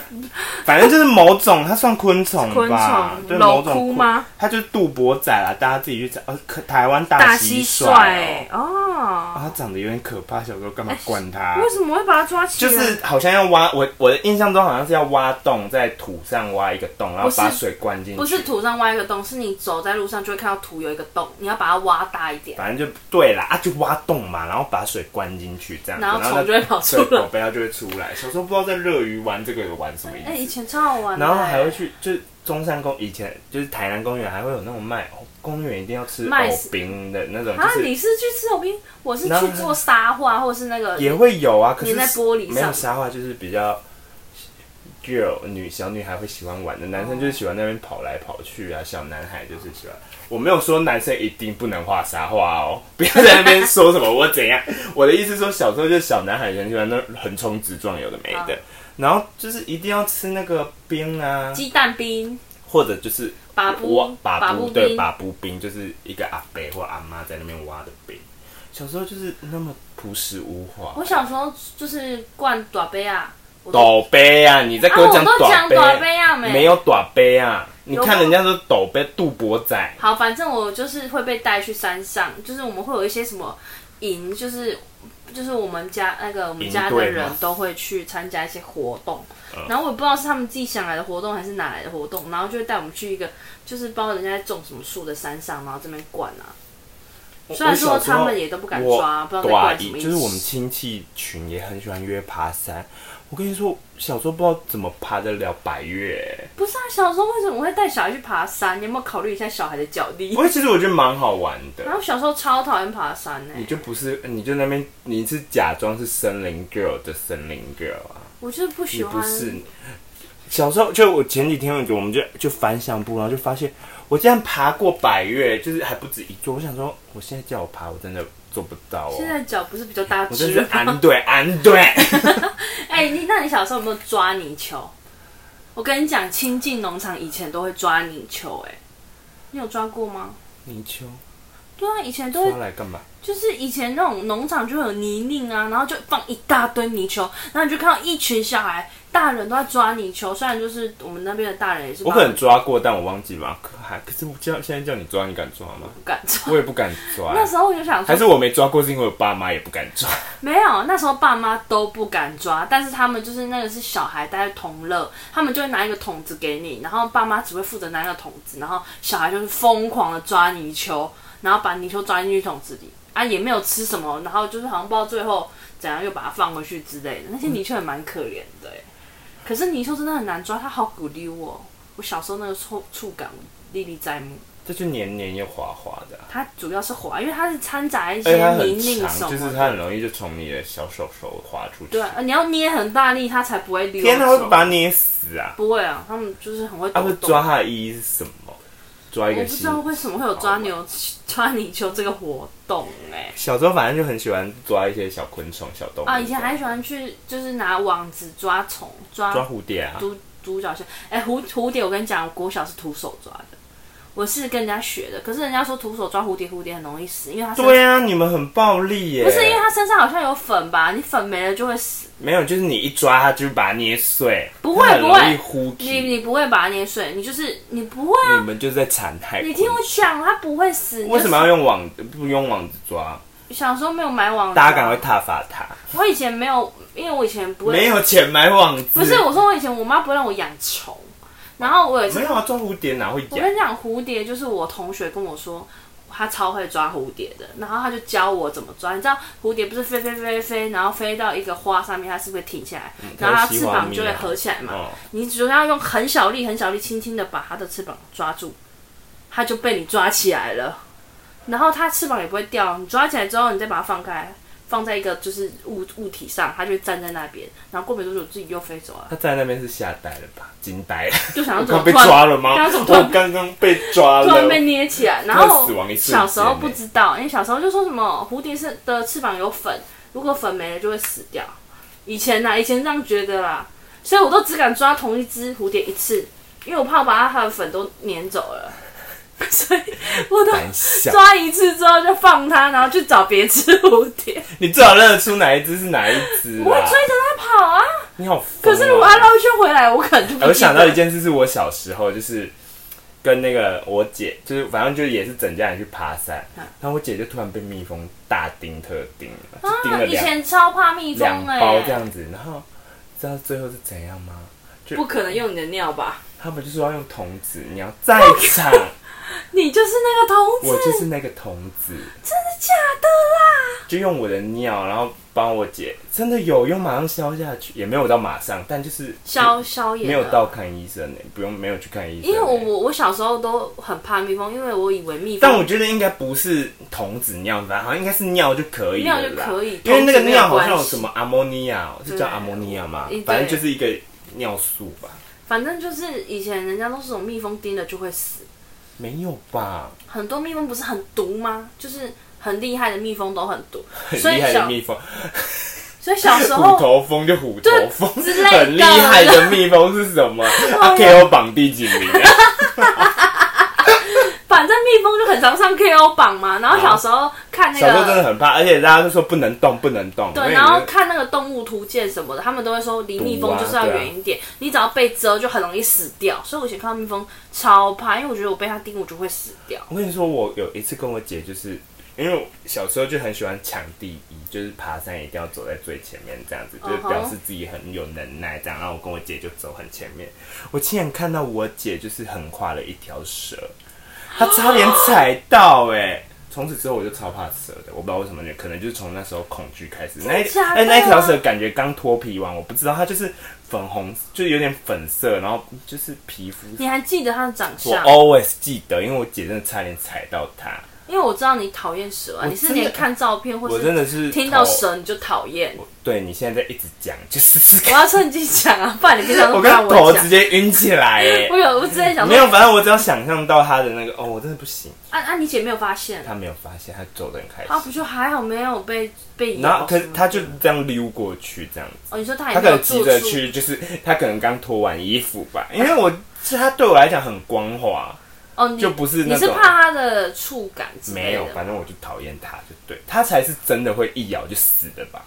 Speaker 1: 反正就是某种，它算昆虫
Speaker 2: 昆
Speaker 1: 吧？
Speaker 2: 虫
Speaker 1: 对，某
Speaker 2: 蝼
Speaker 1: 种
Speaker 2: 蛄吗？
Speaker 1: 它就是杜博仔啦，大家自己去找。呃，可台湾大
Speaker 2: 大
Speaker 1: 蟋蟀、
Speaker 2: 蟋蟀欸
Speaker 1: 哦啊
Speaker 2: 哦，
Speaker 1: 它长得有点可怕，小时候干嘛关它？
Speaker 2: 为什么会把它抓起
Speaker 1: 啊就
Speaker 2: 来？
Speaker 1: 是好像要挖我我的印象中好像是要挖洞，在土上挖一个洞，然后
Speaker 2: 不是
Speaker 1: 把水灌进去。
Speaker 2: 不是土上挖一个洞，是你走在路上就会看到土有一个洞，你要把它挖大一点。
Speaker 1: 反正就对啦，啊，就挖洞嘛，然后把水灌进去这样子，
Speaker 2: 然后虫
Speaker 1: 它
Speaker 2: 就会跑哦出来
Speaker 1: 对宝贝它就会出来。小时候不知道在乐于玩这个有玩什么意思，
Speaker 2: 哎、以前超好玩的、欸
Speaker 1: 然后还会去，就是中山公以前就是台南公园还会有那种卖哦公园一定要吃
Speaker 2: 卖
Speaker 1: 藕
Speaker 2: 死
Speaker 1: 饼的那种，就
Speaker 2: 啊，
Speaker 1: 是
Speaker 2: 你是去吃藕冰，我是
Speaker 1: 那
Speaker 2: 去做沙画或者是那个
Speaker 1: 也会有啊，可是
Speaker 2: 粘在玻璃上
Speaker 1: 没有沙画就是比较 girl 女小女孩会喜欢玩的，男
Speaker 2: 哦
Speaker 1: 生就是喜欢那边跑来跑去啊，小男孩就是喜欢。我没有说男生一定不能画沙画哦，不要在那边说什么我怎样。我的意思是说，小时候就是小男孩很喜欢那横冲直撞，有的没的
Speaker 2: 嗯。
Speaker 1: 然后就是一定要吃那个冰啊，
Speaker 2: 鸡蛋冰、
Speaker 1: 或者就是
Speaker 2: 拔布
Speaker 1: 挖把
Speaker 2: 拔
Speaker 1: 布
Speaker 2: 布
Speaker 1: 对
Speaker 2: 冰
Speaker 1: 把布冰，就是一个阿伯或阿妈在那边挖的冰。小时候就是那么朴实无华。
Speaker 2: 我小时候就是灌短杯啊，我都
Speaker 1: 抖杯啊！你在
Speaker 2: 啊，
Speaker 1: 跟
Speaker 2: 我
Speaker 1: 讲
Speaker 2: 都讲短
Speaker 1: 短
Speaker 2: 杯啊，没
Speaker 1: 没有短杯啊！你
Speaker 2: 有吗
Speaker 1: 看人家都抖杯杜博仔，
Speaker 2: 好，反正我就是会被带去山上，就是我们会有一些什么营，就是就是我们家那个我们家
Speaker 1: 营
Speaker 2: 的
Speaker 1: 队吗嗯
Speaker 2: 人都会去参加一些活动，然后我也不知道是他们自己想来的活动还是哪来的活动，然后就会带我们去一个就是不知道人家在种什么树的山上，然后这边灌啊。虽然说他们也都不敢抓，不知道在
Speaker 1: 短
Speaker 2: 灌什么
Speaker 1: 一
Speaker 2: 意
Speaker 1: 就是我们
Speaker 2: 思。
Speaker 1: 亲戚群也很喜欢约爬山。我跟你说，小时候不知道怎么爬得了百越。
Speaker 2: 不是啊，小时候为什么会带小孩去爬山？你有没有考虑一下小孩的脚力
Speaker 1: 不？过其实我觉得蛮好玩的
Speaker 2: 然。后小时候超讨厌爬山呢、欸
Speaker 1: 你就不是，你就那边你是假装是森林 girl 的森林 girl 啊，
Speaker 2: 我就是不喜
Speaker 1: 你
Speaker 2: 欢
Speaker 1: 不。是。小时候就我前几天我们就就翻相簿，然后就发现我竟然爬过百越，就是还不止一座。我想说，我现在叫我爬，我真的做不到哦。
Speaker 2: 现在脚不是比较大
Speaker 1: 我真
Speaker 2: 只
Speaker 1: 是
Speaker 2: 吗？
Speaker 1: 安对安 对，
Speaker 2: 哎、你那你小时候有没有抓泥鳅？我跟你讲，亲近农场以前都会抓泥鳅，哎，你有抓过吗？
Speaker 1: 泥鳅
Speaker 2: 对啊，以前都
Speaker 1: 抓
Speaker 2: 会，
Speaker 1: 来干嘛？
Speaker 2: 就是以前那种农场就会有泥泞啊，然后就放一大堆泥鳅，然后你就看到一群小孩、大人都在抓泥鳅，虽然就是我们那边的大人也是
Speaker 1: 我
Speaker 2: 帮，
Speaker 1: 可能抓过，但我忘记了。可还可是我叫现在叫你抓，你敢抓 吗？
Speaker 2: 不敢抓。
Speaker 1: 我也不敢抓、
Speaker 2: 那时候我就想
Speaker 1: 还是
Speaker 2: 说，
Speaker 1: 我没抓过，是因为我爸妈也不敢抓。
Speaker 2: 没有，那时候爸妈都不敢抓，但是他们就是那个是小孩带在同乐，他们就会拿一个桶子给你，然后爸妈只会负责拿那个桶子，然后小孩就是疯狂的抓泥鳅，然后把泥鳅抓进去桶子里，啊也没有吃什么，然后就是好像不知道最后怎样又把它放回去之类的，那些泥鳅也蛮可怜的欸、可是泥鳅真的很难抓，它好鼓溜哦，我小时候那个触触感历历在目，
Speaker 1: 这就黏黏又滑滑的、啊，
Speaker 2: 它主要是滑，因为它是掺杂一
Speaker 1: 而且
Speaker 2: 些
Speaker 1: 它
Speaker 2: 泥
Speaker 1: 哎很
Speaker 2: 泞什
Speaker 1: 长，
Speaker 2: 么
Speaker 1: 就
Speaker 2: 的。
Speaker 1: 是它很容易就从你的小手手滑出去。
Speaker 2: 对，呃你要捏很大力，它才不会溜走。
Speaker 1: 天哪，会不会把它捏死啊！
Speaker 2: 不会啊，他们就是很会
Speaker 1: 他
Speaker 2: 抖
Speaker 1: 会
Speaker 2: 动。
Speaker 1: 抓他的意义是什么？抓一
Speaker 2: 我
Speaker 1: 个
Speaker 2: 不知
Speaker 1: 西。
Speaker 2: 道为什么会有抓牛 抓泥鳅这个活动哎、
Speaker 1: 小时候反正就很喜欢抓一些小昆虫、小动物。
Speaker 2: 啊，以前还喜欢去就是拿网子抓虫、
Speaker 1: 抓
Speaker 2: 抓
Speaker 1: 蝴蝶啊，
Speaker 2: 独独角仙。哎、蝴蝴蝶，我跟你讲，我国小是徒手抓的，我是跟人家学的。可是人家说徒手抓蝴蝶，蝴蝶很容易死，因为它身
Speaker 1: 对啊，你们很暴力耶。
Speaker 2: 不是因为它身上好像有粉吧？你粉没了就会死。
Speaker 1: 没有，就是你一抓它就把它捏碎，
Speaker 2: 不会
Speaker 1: 它很容易
Speaker 2: 不
Speaker 1: 呼
Speaker 2: 你
Speaker 1: 吸。
Speaker 2: 你不会把它捏碎，你就是你不会啊！
Speaker 1: 你们就在残害。
Speaker 2: 你听我。讲，它不会死。你就
Speaker 1: 为什么要用网不用网子抓？
Speaker 2: 小时候没有买网子啊？
Speaker 1: 大家赶快踏伐它。
Speaker 2: 我以前没有，因为我以前不会，
Speaker 1: 没有钱买网子。
Speaker 2: 不是我说我以前我妈不会让我养虫，然后我有一次
Speaker 1: 没有啊，抓蝴蝶哪会
Speaker 2: 我
Speaker 1: 痒？
Speaker 2: 跟你讲蝴蝶，就是我同学跟我说。他超会抓蝴蝶的，然后他就教我怎么抓。你知道蝴蝶不是飞飞飞飞，然后飞到一个花上面，它是不是会停下来？
Speaker 1: 嗯
Speaker 2: 然后它翅膀就会合起来嘛。
Speaker 1: 啊哦，
Speaker 2: 你只要用很小力、很小力，轻轻的把它的翅膀抓住，它就被你抓起来了。然后它翅膀也不会掉，你抓起来之后，你再把它放开，放在一个就是物物体上，它就会站在那边。然后过没多久，自己又飞走了，
Speaker 1: 它站在那边是吓呆了吧？惊呆了。
Speaker 2: 就想要
Speaker 1: 我
Speaker 2: 怎么
Speaker 1: 刚被
Speaker 2: 突然
Speaker 1: 抓了吗？
Speaker 2: 刚刚怎么突然
Speaker 1: 我刚刚被抓
Speaker 2: 突然被
Speaker 1: 了。
Speaker 2: 捏起来。然
Speaker 1: 突然
Speaker 2: 后
Speaker 1: 死亡一瞬间
Speaker 2: 小时候不知道，因为小时候就说什么蝴蝶是的翅膀有粉，如果粉没了就会死掉。以前呐、以前这样觉得啦，所以我都只敢抓同一只蝴蝶一次，因为我怕我把它的粉都撵走了， 所以我都
Speaker 1: 胆小
Speaker 2: 抓一次之后就放它，然后去找别只蝴蝶。
Speaker 1: 你最好认得出哪一只是哪一只
Speaker 2: 我会
Speaker 1: 啦
Speaker 2: 追。着它跑啊，
Speaker 1: 你好疯
Speaker 2: 可
Speaker 1: 哦、
Speaker 2: 是如果它绕一圈回来，我可能就不记得
Speaker 1: 我想到一件事，是我小时候就是跟那个我姐，就是反正就也是整家人去爬山，
Speaker 2: 嗯
Speaker 1: 然后我姐就突然被蜜蜂大叮特叮了，就叮
Speaker 2: 啊，
Speaker 1: 了
Speaker 2: 以
Speaker 1: 两
Speaker 2: 前超怕蜜蜂
Speaker 1: 两、
Speaker 2: 哎、
Speaker 1: 包这样子，然后知道最后是怎样吗？
Speaker 2: 不可能用你的尿吧？
Speaker 1: 他们就说要用童子，你要在场，
Speaker 2: 你就是那个童
Speaker 1: 我
Speaker 2: 子，
Speaker 1: 就是那个童子，
Speaker 2: 真的假的啦？
Speaker 1: 就用我的尿，然后帮我姐，真的有用，马上消下去，也没有到马上，但就是
Speaker 2: 消消炎
Speaker 1: 没有
Speaker 2: 了
Speaker 1: 到看医生呢、不用没有去看医生欸、
Speaker 2: 因为我我我小时候都很怕蜜蜂，因为我以为蜜
Speaker 1: 但我
Speaker 2: 蜂
Speaker 1: 觉得应该不是童子尿，反正好像应该是尿就可以了啦
Speaker 2: 尿就可以
Speaker 1: 因为那个
Speaker 2: 童子没有
Speaker 1: 尿好像
Speaker 2: 关
Speaker 1: 有
Speaker 2: 系
Speaker 1: 什么阿莫尼亚，是叫
Speaker 2: 对
Speaker 1: 阿莫尼亚吗
Speaker 2: 嗯？对
Speaker 1: 反正就是一个尿素吧，
Speaker 2: 反正就是以前人家都是种蜜蜂叮了就会死，
Speaker 1: 没有吧？
Speaker 2: 很多蜜蜂不是很毒吗？就是很厉害的蜜蜂都很毒，
Speaker 1: 很
Speaker 2: 所以
Speaker 1: 厉害的
Speaker 2: 小
Speaker 1: 蜜蜂，
Speaker 2: 所 以小时
Speaker 1: 虎
Speaker 2: 候
Speaker 1: 头蜂就虎头蜂，
Speaker 2: 之类的
Speaker 1: 很厉害的蜜蜂是什 么？阿 KO 榜第几名啊？
Speaker 2: 反正蜜蜂就很常上 KO 榜嘛，然后小时候看那
Speaker 1: 啊小时候真的
Speaker 2: 个。
Speaker 1: 很怕，而且大家都说不能动，不能动。我
Speaker 2: 对，
Speaker 1: 也
Speaker 2: 然后
Speaker 1: 觉得
Speaker 2: 看那个动物图鉴什么的，他们都会说离蜜蜂就是要
Speaker 1: 毒啊对啊
Speaker 2: 远一点，你只要被蛰就很容易死掉。所以我以前看到蜜蜂超怕，因为我觉得我被它叮我就会死掉。
Speaker 1: 我跟你说，我有一次跟我姐，就是因为我小时候就很喜欢抢第一，就是爬山一定要走在最前面，这样子就是
Speaker 2: 嗯哼
Speaker 1: 表示自己很有能耐，这样。然后我跟我姐就走很前面，我亲眼看到我姐就是横跨了一条蛇，她差点踩到哎、从此之后我就超怕蛇的，我不知道为什么，可能就是从那时候恐惧开始。那一
Speaker 2: 假的
Speaker 1: 哎、那一条蛇感觉刚脱皮完，我不知道它就是粉红，就是有点粉色，然后就是皮肤。
Speaker 2: 你还记得它的长
Speaker 1: 我哦
Speaker 2: 相？
Speaker 1: always 记得，因为我姐真的差点踩到它。
Speaker 2: 因为我知道你讨厌蛇啊，
Speaker 1: 我
Speaker 2: 你是
Speaker 1: 真的
Speaker 2: 连看照片或
Speaker 1: 我真
Speaker 2: 是
Speaker 1: 的是
Speaker 2: 听到
Speaker 1: 头，
Speaker 2: 蛇你就讨厌。
Speaker 1: 对你现在在一直讲，就是
Speaker 2: 我要趁机讲啊，不然你平常都
Speaker 1: 我
Speaker 2: 不让
Speaker 1: 刚头
Speaker 2: 讲
Speaker 1: 直。接晕起来 耶
Speaker 2: 我，有，我之前想
Speaker 1: 没
Speaker 2: 说，
Speaker 1: 有，反正我只要想象到他的那个，哦，我真的不行，
Speaker 2: 啊啊，你姐没有发现，
Speaker 1: 他没有发现，他走的很开
Speaker 2: 啊，
Speaker 1: 心，
Speaker 2: 不就还好没有被被咬什么的。
Speaker 1: 然后可是他就这样溜过去这样子，
Speaker 2: 哦，你说他
Speaker 1: 他
Speaker 2: 也
Speaker 1: 可
Speaker 2: 没有
Speaker 1: 能急
Speaker 2: 做
Speaker 1: 着
Speaker 2: 出，
Speaker 1: 去，就是他可能刚脱完衣服吧，因为我是他对我来讲很光滑，
Speaker 2: 哦，你
Speaker 1: 就不是
Speaker 2: 你
Speaker 1: 那
Speaker 2: 是
Speaker 1: 种
Speaker 2: 怕它的触感之
Speaker 1: 没
Speaker 2: 类
Speaker 1: 有，
Speaker 2: 的，
Speaker 1: 反正我就讨厌他，就对他才是真的会一咬就死的吧，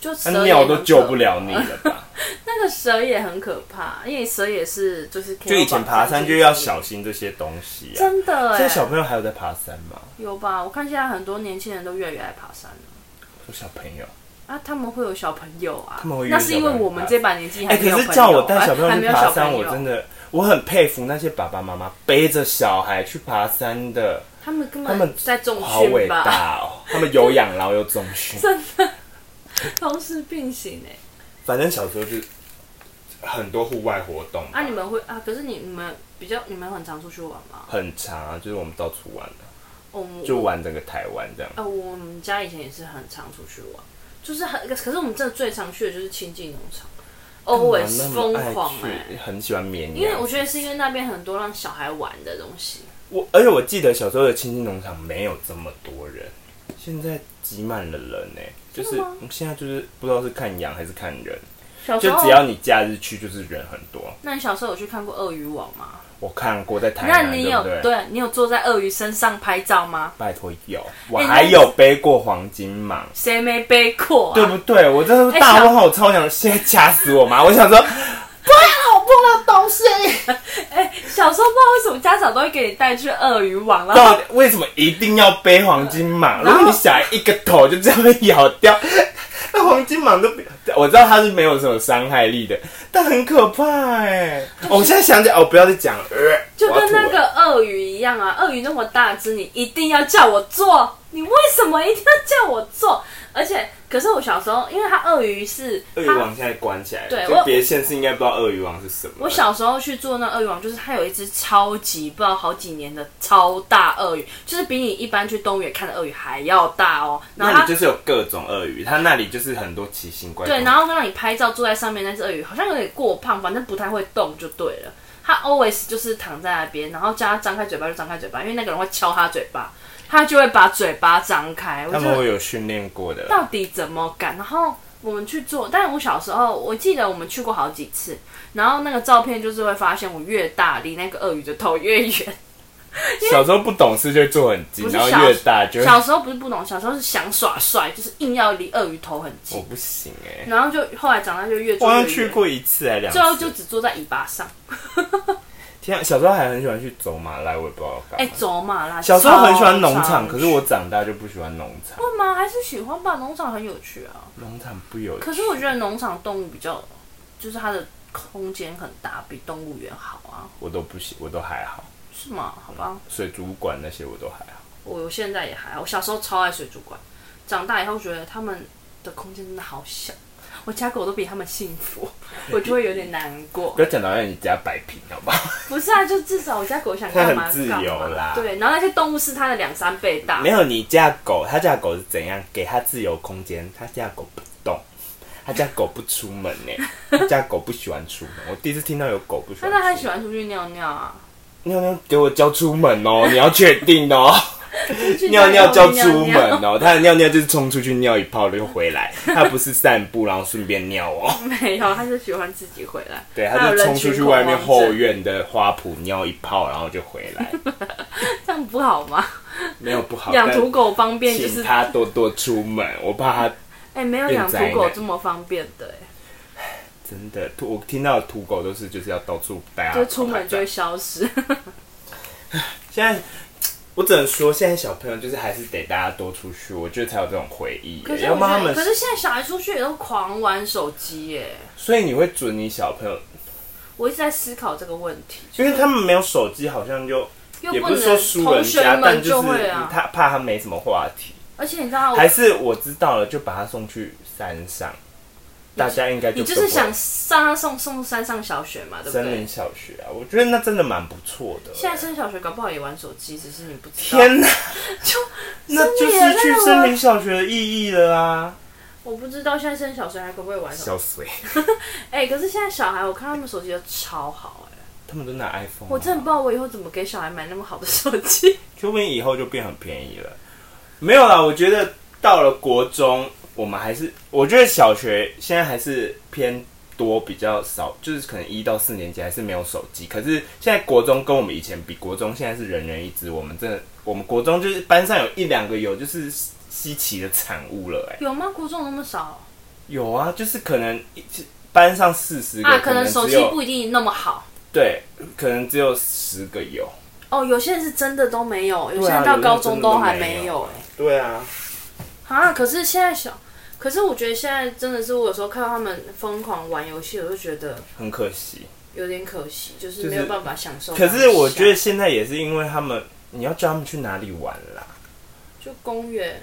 Speaker 2: 就
Speaker 1: 他
Speaker 2: 蛇也
Speaker 1: 尿
Speaker 2: 很
Speaker 1: 都
Speaker 2: 可
Speaker 1: 救不。了你了 吧。
Speaker 2: 那个蛇也很可怕，因为蛇也是就是
Speaker 1: 就以前爬山就要小心这些东西啊。
Speaker 2: 真的
Speaker 1: 现在小
Speaker 2: 哎，
Speaker 1: 朋友还有在爬山吗？
Speaker 2: 有吧？我看现在很多年轻人都越来越爱爬山了。
Speaker 1: 说小朋友，
Speaker 2: 啊，他们会有小朋友啊，
Speaker 1: 他们会约
Speaker 2: 那是因为我们这把年纪还
Speaker 1: 哎、
Speaker 2: 没有
Speaker 1: 可
Speaker 2: 朋友、啊
Speaker 1: 是叫我带小朋
Speaker 2: 还
Speaker 1: 友
Speaker 2: 没
Speaker 1: 去
Speaker 2: 有
Speaker 1: 爬
Speaker 2: 小
Speaker 1: 山，
Speaker 2: 朋
Speaker 1: 我
Speaker 2: 友，
Speaker 1: 真的我很佩服那些爸爸妈妈背着小孩去爬山的，
Speaker 2: 他们根
Speaker 1: 他们
Speaker 2: 本在重
Speaker 1: 好伟
Speaker 2: 训吧，
Speaker 1: 大 哦！他们有养老有中训，
Speaker 2: 同时并行哎、
Speaker 1: 反正小时候就是很多户外活动，
Speaker 2: 啊，你们会啊？可是你你们比较，你们很常出去玩吗？
Speaker 1: 很长啊，就是我们到处玩啊
Speaker 2: 哦我们
Speaker 1: 就玩整个台湾这样。
Speaker 2: 啊，我们家以前也是很常出去玩，就是很，可是我们真的最常去的就是亲近农场哦
Speaker 1: 干
Speaker 2: ，always
Speaker 1: 嘛那
Speaker 2: 疯
Speaker 1: 么爱
Speaker 2: 狂哎、
Speaker 1: 去，很喜欢绵
Speaker 2: 因为
Speaker 1: 羊
Speaker 2: 我。觉得是因为那边很多让小孩玩的东西，
Speaker 1: 我而且我记得小时候的亲近农场没有这么多人，现在挤满了人呢、就是
Speaker 2: 真的吗
Speaker 1: 现在就是不知道是看羊还是看人，
Speaker 2: 小时
Speaker 1: 就
Speaker 2: 候
Speaker 1: 只，要你假日去就是人很多。
Speaker 2: 那你小时候有去看过鳄鱼网吗？
Speaker 1: 我看过在台
Speaker 2: 那
Speaker 1: 南，
Speaker 2: 你
Speaker 1: 哎对
Speaker 2: 有
Speaker 1: 不对？
Speaker 2: 你有坐在鳄鱼身上拍照吗？
Speaker 1: 拜托有，我
Speaker 2: 哎
Speaker 1: 还
Speaker 2: 那
Speaker 1: 有背过黄金蟒，
Speaker 2: 谁没背过、啊？
Speaker 1: 对不对？我真的
Speaker 2: 哎
Speaker 1: 是大
Speaker 2: 小
Speaker 1: 问号，我超想现在掐死我妈！我想说，
Speaker 2: 哎小时候不知道为什么家长都会给你带去鳄鱼网，然后
Speaker 1: 到底为什么一定要背黄金蟒？如
Speaker 2: 然后
Speaker 1: 果你小孩一个头就这样被咬掉， 那黄金蟒都比我知道它是没有什么伤害力的，但很可怕哎、哦我现在想起来，哦，不要再讲了，呃
Speaker 2: 就
Speaker 1: 我要
Speaker 2: 跟
Speaker 1: 吐
Speaker 2: 那
Speaker 1: 了
Speaker 2: 个鳄鱼一样啊，鳄鱼那么大只，你一定要叫我做，你为什么一定要叫我做？而且，可是我小时候，因为它鳄鱼是
Speaker 1: 鳄鱼
Speaker 2: 它。
Speaker 1: 王现在关起来了，
Speaker 2: 对
Speaker 1: 就
Speaker 2: 我
Speaker 1: 别的县市应该不知道鳄鱼王是什么。
Speaker 2: 我小时候去做那鳄鱼网，就是它有一只超级不知道好几年的超大鳄鱼，就是比你一般去动物园看的鳄鱼还要大哦。然后
Speaker 1: 那
Speaker 2: 它
Speaker 1: 里就是有各种鳄鱼，它那里就是很多奇形怪状。
Speaker 2: 对，然后让你拍照坐在上面那只鳄鱼，好像有点过胖，反正不太会动就对了。它 always 就是躺在那边，然后叫它张开嘴巴就张开嘴巴，因为那个人会敲它嘴巴，它就会把嘴巴张开。我
Speaker 1: 他
Speaker 2: 就
Speaker 1: 们会有训练过的啦，
Speaker 2: 到底怎么敢？然后我们去做，但我小时候我记得我们去过好几次，然后那个照片就是会发现我越大离那个鳄鱼的头越 远。
Speaker 1: 小时候不懂事就做很近
Speaker 2: 不，是
Speaker 1: 然后
Speaker 2: 小
Speaker 1: 越大就
Speaker 2: 小时候不是不懂，小时候是想耍帅，就是硬要离鳄鱼头很
Speaker 1: 我
Speaker 2: 近，
Speaker 1: 不行哎、
Speaker 2: 然后就后来长大就越
Speaker 1: 我
Speaker 2: 做
Speaker 1: 好
Speaker 2: 越
Speaker 1: 像
Speaker 2: 远，
Speaker 1: 去过一次还两次，
Speaker 2: 最后就只坐在尾巴上。
Speaker 1: 天、啊，小时候还很喜欢去走马拉，我也不知道干
Speaker 2: 哎、
Speaker 1: 嘛。
Speaker 2: 走马啦！
Speaker 1: 小时候很喜欢农
Speaker 2: 超
Speaker 1: 场，可是我长大就不喜欢农场，
Speaker 2: 会吗？还是喜欢吧，农场很有趣啊。
Speaker 1: 农场不有趣。
Speaker 2: 可是我觉得农场动物比较，就是它的空间很大，比动物园好啊。
Speaker 1: 我都不行，我都还好。
Speaker 2: 是吗？好吧，
Speaker 1: 所以主管那些我都还好。
Speaker 2: 我我现在也还好，我小时候超爱水族馆，长大以后觉得他们的空间真的好小，我家狗都比他们幸福，我就会有点难过
Speaker 1: 不。要讲到让你家摆平，好不好？
Speaker 2: 不是啊，就至少我家狗想干
Speaker 1: 它
Speaker 2: 嘛
Speaker 1: 很自由
Speaker 2: 干嘛
Speaker 1: 啦。
Speaker 2: 对，然后那些动物是它的两三倍大
Speaker 1: 没。有，你家狗，他家狗是怎样？给他自由空间，他家狗不动，他家狗不出门呢、他家狗不喜欢出门。我第一次听到有狗不喜
Speaker 2: 但它
Speaker 1: 欢
Speaker 2: 还
Speaker 1: 出
Speaker 2: 喜
Speaker 1: 门。
Speaker 2: 欢出去尿尿啊，
Speaker 1: 尿尿给我叫出门哦、你要确定哦、
Speaker 2: 去
Speaker 1: 尿尿
Speaker 2: 尿
Speaker 1: 叫出门。哦、他的尿尿就是冲出去尿一泡就回来，他不是散步然后顺便尿 哦、
Speaker 2: 没有，它就喜欢自己回来。
Speaker 1: 对，
Speaker 2: 它
Speaker 1: 他
Speaker 2: 有
Speaker 1: 就
Speaker 2: 人
Speaker 1: 冲
Speaker 2: 群
Speaker 1: 出去外面
Speaker 2: 恐慌症
Speaker 1: 后院的花圃尿一泡，然后就回 来，
Speaker 2: 这样不好吗？
Speaker 1: 没有不好。
Speaker 2: 养
Speaker 1: 但
Speaker 2: 土狗方便就
Speaker 1: 请
Speaker 2: 是，
Speaker 1: 他多多出门，我怕他
Speaker 2: 哎、没有
Speaker 1: 变
Speaker 2: 养土
Speaker 1: 宅
Speaker 2: 狗
Speaker 1: 男
Speaker 2: 这么方便的、哎
Speaker 1: 真的，土我听到的土狗都是就是要到处待啊，
Speaker 2: 就出门就
Speaker 1: 跑
Speaker 2: 会
Speaker 1: 来跑去
Speaker 2: 消失。
Speaker 1: 现在，我只能说，现在小朋友就是还是得大家多出去，我觉得才有这种回忆
Speaker 2: 可
Speaker 1: 耶。
Speaker 2: 是
Speaker 1: 要
Speaker 2: 我
Speaker 1: 不然
Speaker 2: 觉
Speaker 1: 他们
Speaker 2: 得，可，是现在小孩出去也都狂玩手机耶。
Speaker 1: 所以你会准你小朋友，
Speaker 2: 我一直在思考这个问题，
Speaker 1: 因为他们没有手机，好像就
Speaker 2: 又
Speaker 1: 也
Speaker 2: 不
Speaker 1: 不是说
Speaker 2: 能
Speaker 1: 输人
Speaker 2: 同学
Speaker 1: 家，但
Speaker 2: 们
Speaker 1: 就
Speaker 2: 就是会
Speaker 1: 嗯
Speaker 2: 啊。哦
Speaker 1: 他怕他没什么话题，
Speaker 2: 而且你知道，
Speaker 1: 还是我知道了就把他送去山上，大家应该
Speaker 2: 你就
Speaker 1: 不
Speaker 2: 是
Speaker 1: 会
Speaker 2: 想上他送送山上小学嘛，对不
Speaker 1: 森
Speaker 2: 对
Speaker 1: 林？小学啊，我觉得那真的蛮不错的。欸
Speaker 2: 现在升小学搞不好也玩手机，只是你不知道。
Speaker 1: 天哪，
Speaker 2: 就
Speaker 1: 那就是去森林小学的意义了啊！欸
Speaker 2: 我不知道现在升小学还可不可以玩手机。
Speaker 1: 小水，
Speaker 2: 哎、可是现在小孩，我看他们手机都超好哎、
Speaker 1: 他们都拿 iPhone，啊
Speaker 2: 我真的不知道我以后怎么给小孩买那么好的手 机。
Speaker 1: 说不定以后就变很便宜了。没有啦，我觉得到了国中，我们还是，我觉得小学现在还是偏多比较少，就是可能一到四年级还是没有手机。可是现在国中跟我们以前比，国中现在是人人一只。我们真的，我们国中就是班上有一两个有，就是稀奇的产物了、哎，
Speaker 2: 有吗？国中有那么少
Speaker 1: 有啊，就是可能一班上四十个，
Speaker 2: 啊？
Speaker 1: 可
Speaker 2: 可能手
Speaker 1: 只
Speaker 2: 机
Speaker 1: 有
Speaker 2: 不一定那么好。
Speaker 1: 对，可能只有十个有。
Speaker 2: 哦，有些人是真的都没有，有
Speaker 1: 对
Speaker 2: 些
Speaker 1: 啊
Speaker 2: 人到高中都还
Speaker 1: 有些人真的都没
Speaker 2: 没有
Speaker 1: 有
Speaker 2: 哎、
Speaker 1: 对啊，
Speaker 2: 啊，可是现在小，可是我觉得现在真的是，我有时候看到他们疯狂玩游戏，我就觉得
Speaker 1: 很可惜。
Speaker 2: 有点可惜，就是
Speaker 1: 就是
Speaker 2: 没有办法享受当
Speaker 1: 可
Speaker 2: 下。
Speaker 1: 是我觉得现在也是因为他们，你要叫他们去哪里玩啦？
Speaker 2: 就公园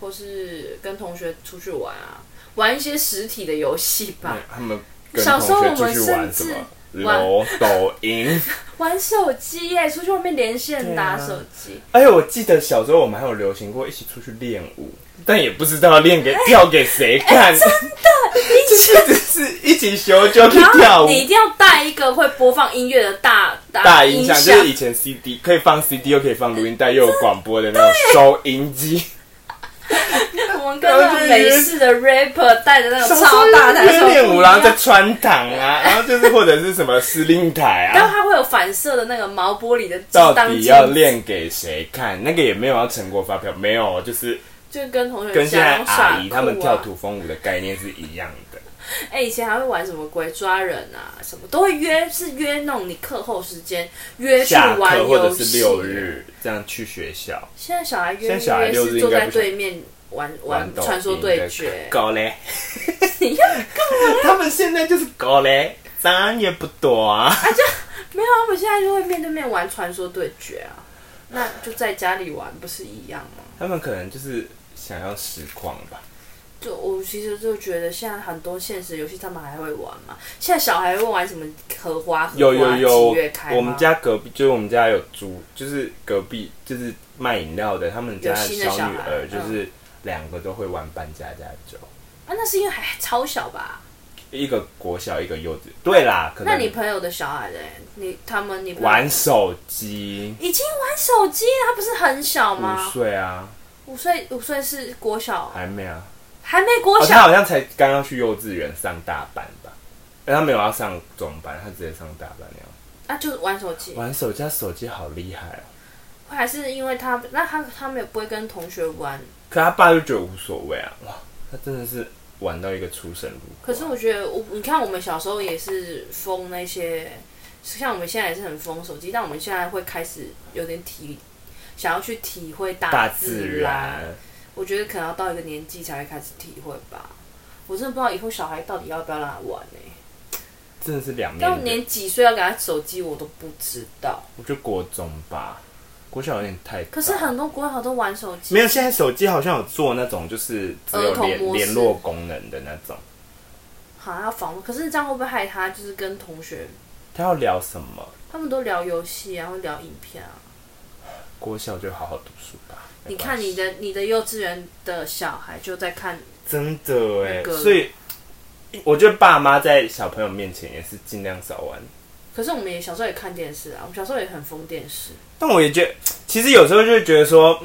Speaker 2: 或是跟同学出去玩啊，玩一些实体的游戏吧，
Speaker 1: 他们跟
Speaker 2: 小
Speaker 1: 同
Speaker 2: 时候
Speaker 1: 学出去
Speaker 2: 我
Speaker 1: 玩什
Speaker 2: 们甚至
Speaker 1: 么
Speaker 2: 玩
Speaker 1: 楼抖音？
Speaker 2: 玩手机耶、出去外面连线打
Speaker 1: 对啊
Speaker 2: 手机。
Speaker 1: 而且我记得小时候我们还有流行过一起出去练舞，但也不知道练给跳给谁 看，就是只是一起求救去
Speaker 2: 然
Speaker 1: 跳
Speaker 2: 后
Speaker 1: 舞
Speaker 2: 你。一定要带一个会播放音乐的大大
Speaker 1: 大
Speaker 2: 音
Speaker 1: 音 响就是以前 CD 可以放 CD 又可以放录音带又有广播的那种收音机，
Speaker 2: 我们跟那种美式的 rapper 带着那种
Speaker 1: 小时候
Speaker 2: 超大台
Speaker 1: 就是
Speaker 2: 手
Speaker 1: 练舞，然后在穿堂啊，然后就是或者是什么司令台
Speaker 2: 然后
Speaker 1: 啊，
Speaker 2: 它会有反射的那个毛玻璃的
Speaker 1: 到
Speaker 2: 当
Speaker 1: 底
Speaker 2: 镜
Speaker 1: 要练给谁看？那个也没有要成果发表，没有，就是
Speaker 2: 就跟同学
Speaker 1: 跟现在
Speaker 2: 讲
Speaker 1: 阿姨他们跳。
Speaker 2: 然后耍酷啊
Speaker 1: 土风舞的概念是一样的。
Speaker 2: 哎、以前还会玩什么鬼抓人啊，什么都会约，是约那种你课后时间约去
Speaker 1: 下
Speaker 2: 玩
Speaker 1: 课或
Speaker 2: 游
Speaker 1: 者
Speaker 2: 戏。
Speaker 1: 是六。日这样去学校
Speaker 2: 现在小孩约
Speaker 1: 现在小孩
Speaker 2: 约
Speaker 1: 六日
Speaker 2: 是坐
Speaker 1: 应该
Speaker 2: 在
Speaker 1: 不
Speaker 2: 对面玩玩
Speaker 1: 抖音
Speaker 2: 传说对决。
Speaker 1: 搞 嘞，
Speaker 2: 你看，
Speaker 1: 他们现在就是搞嘞，咱也不多啊。
Speaker 2: 没有，我们现在就会面对面玩传说对决啊，那就在家里玩不是一样吗？
Speaker 1: 他们可能就是想要实况吧。
Speaker 2: 就我其实就觉得现在很多现实游戏他们还会玩嘛，现在小孩会玩什么荷花、荷
Speaker 1: 有
Speaker 2: 花
Speaker 1: 有
Speaker 2: 几
Speaker 1: 有
Speaker 2: 月开，吗
Speaker 1: 我们家隔壁就是我们家有租，就是隔壁就是卖饮料的，他们家
Speaker 2: 有新的小
Speaker 1: 女
Speaker 2: 孩嗯
Speaker 1: 儿就是两个都会玩扮家家酒，
Speaker 2: 啊，那是因为还超小吧？
Speaker 1: 一个国小一个幼稚。对啦，可
Speaker 2: 那你
Speaker 1: 能
Speaker 2: 朋友的小孩嘞，你他们你朋友
Speaker 1: 玩手机，
Speaker 2: 已经玩手机了，他不是很小
Speaker 1: 五
Speaker 2: 吗？
Speaker 1: 岁啊，
Speaker 2: 五岁五岁是国小，
Speaker 1: 还没啊，
Speaker 2: 还没国
Speaker 1: 哦，他
Speaker 2: 小，
Speaker 1: 好像才刚刚去幼稚园上大班吧。哎，他没有要上中班，他直接上大班那样。
Speaker 2: 那、啊就是玩手机，
Speaker 1: 玩手机，他手机好厉害哦！
Speaker 2: 还是因为他那他他们也不会跟同学玩。
Speaker 1: 可他爸就觉得无所谓啊，哇，他真的是玩到一个出神入化。
Speaker 2: 可是我觉得我你看我们小时候也是封那些，像我们现在也是很封手机，但我们现在会开始有点体想要去体会
Speaker 1: 大
Speaker 2: 自
Speaker 1: 自然，
Speaker 2: 我觉得可能要到一个年
Speaker 1: 嗯
Speaker 2: 纪才会开始体会吧。我真的不知道以后小孩到底要不要让他玩呢、
Speaker 1: 真的是两面
Speaker 2: 欸但我
Speaker 1: 人。
Speaker 2: 连几岁要给他手机我都不知道，
Speaker 1: 我觉得国中吧，国小有点太早。
Speaker 2: 可是很多国小都玩手
Speaker 1: 啊
Speaker 2: 机，
Speaker 1: 没有，现在手机好像有做那种就是只有
Speaker 2: 儿童
Speaker 1: 联
Speaker 2: 模式
Speaker 1: 联络功能的那种。
Speaker 2: 好像要访问，可是这样会不会害他？就是跟同学
Speaker 1: 他要聊什么？
Speaker 2: 他们都聊游戏啊，会聊影片啊。
Speaker 1: 国小就好好读书吧。
Speaker 2: 你看你
Speaker 1: 的
Speaker 2: 的你的幼稚园的小孩就在看，
Speaker 1: 真的哎
Speaker 2: 那，个
Speaker 1: 所以我觉得爸妈在小朋友面前也是尽量少玩。
Speaker 2: 可是我们也小时候也看电视啊，我们小时候也很疯电视。
Speaker 1: 但我也觉得，其实有时候就会觉得说，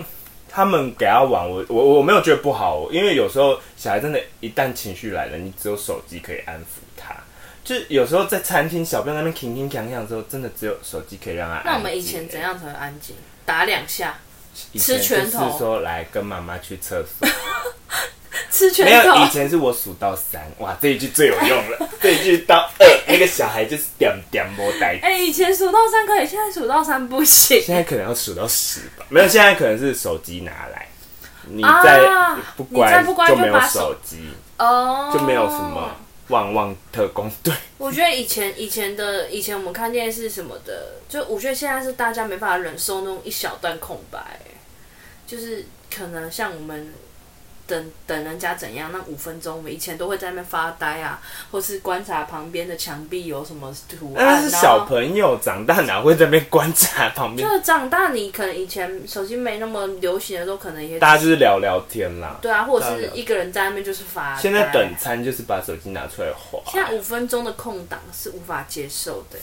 Speaker 1: 他们给他玩，我我我没有觉得不好，因为有时候小孩真的，一旦情绪来了，你只有手机可以安抚他。就是有时候在餐厅，小朋友在那边停停锵锵的时候，真的只有手机可以让他安静。
Speaker 2: 那我们以前怎样才会安静？打两下，
Speaker 1: 以前
Speaker 2: 吃拳头
Speaker 1: 就是说来跟妈妈去厕所，
Speaker 2: 吃拳
Speaker 1: 没有。以
Speaker 2: 头。
Speaker 1: 前是我数到三，哇，这一句最有用了，这一句到二，那个小孩就是点点摸呆。
Speaker 2: 哎、以前数到三可以，现在数到三不行。
Speaker 1: 现在可能要数到十吧，没有，现在可能是手机拿来，你
Speaker 2: 啊
Speaker 1: 再不
Speaker 2: 你
Speaker 1: 乖
Speaker 2: 再不乖
Speaker 1: 就
Speaker 2: 就
Speaker 1: 没有
Speaker 2: 把手
Speaker 1: 手机，
Speaker 2: 哦，
Speaker 1: 就没有什么。旺旺特工队。
Speaker 2: 我觉得以前以前的以前我们看电视什么的，就我觉得现在是大家没办法忍受那种一小段空白，就是可能像我们等等人家怎样那五分钟，我们以前都会在那边发呆啊，或是观察旁边的墙壁有什么图
Speaker 1: 哎
Speaker 2: 案，
Speaker 1: 但是
Speaker 2: 然
Speaker 1: 小
Speaker 2: 后。
Speaker 1: 朋友长大哪会在那边观察旁边
Speaker 2: 就？是长大，你可能以前手机没那么流行的时候，可能也
Speaker 1: 大家就是聊聊天啦。
Speaker 2: 对啊，或者
Speaker 1: 大家
Speaker 2: 是
Speaker 1: 聊
Speaker 2: 一个人在那边就是发呆。
Speaker 1: 现在等餐就是把手机拿出来划，
Speaker 2: 现在五分钟的空档是无法接受的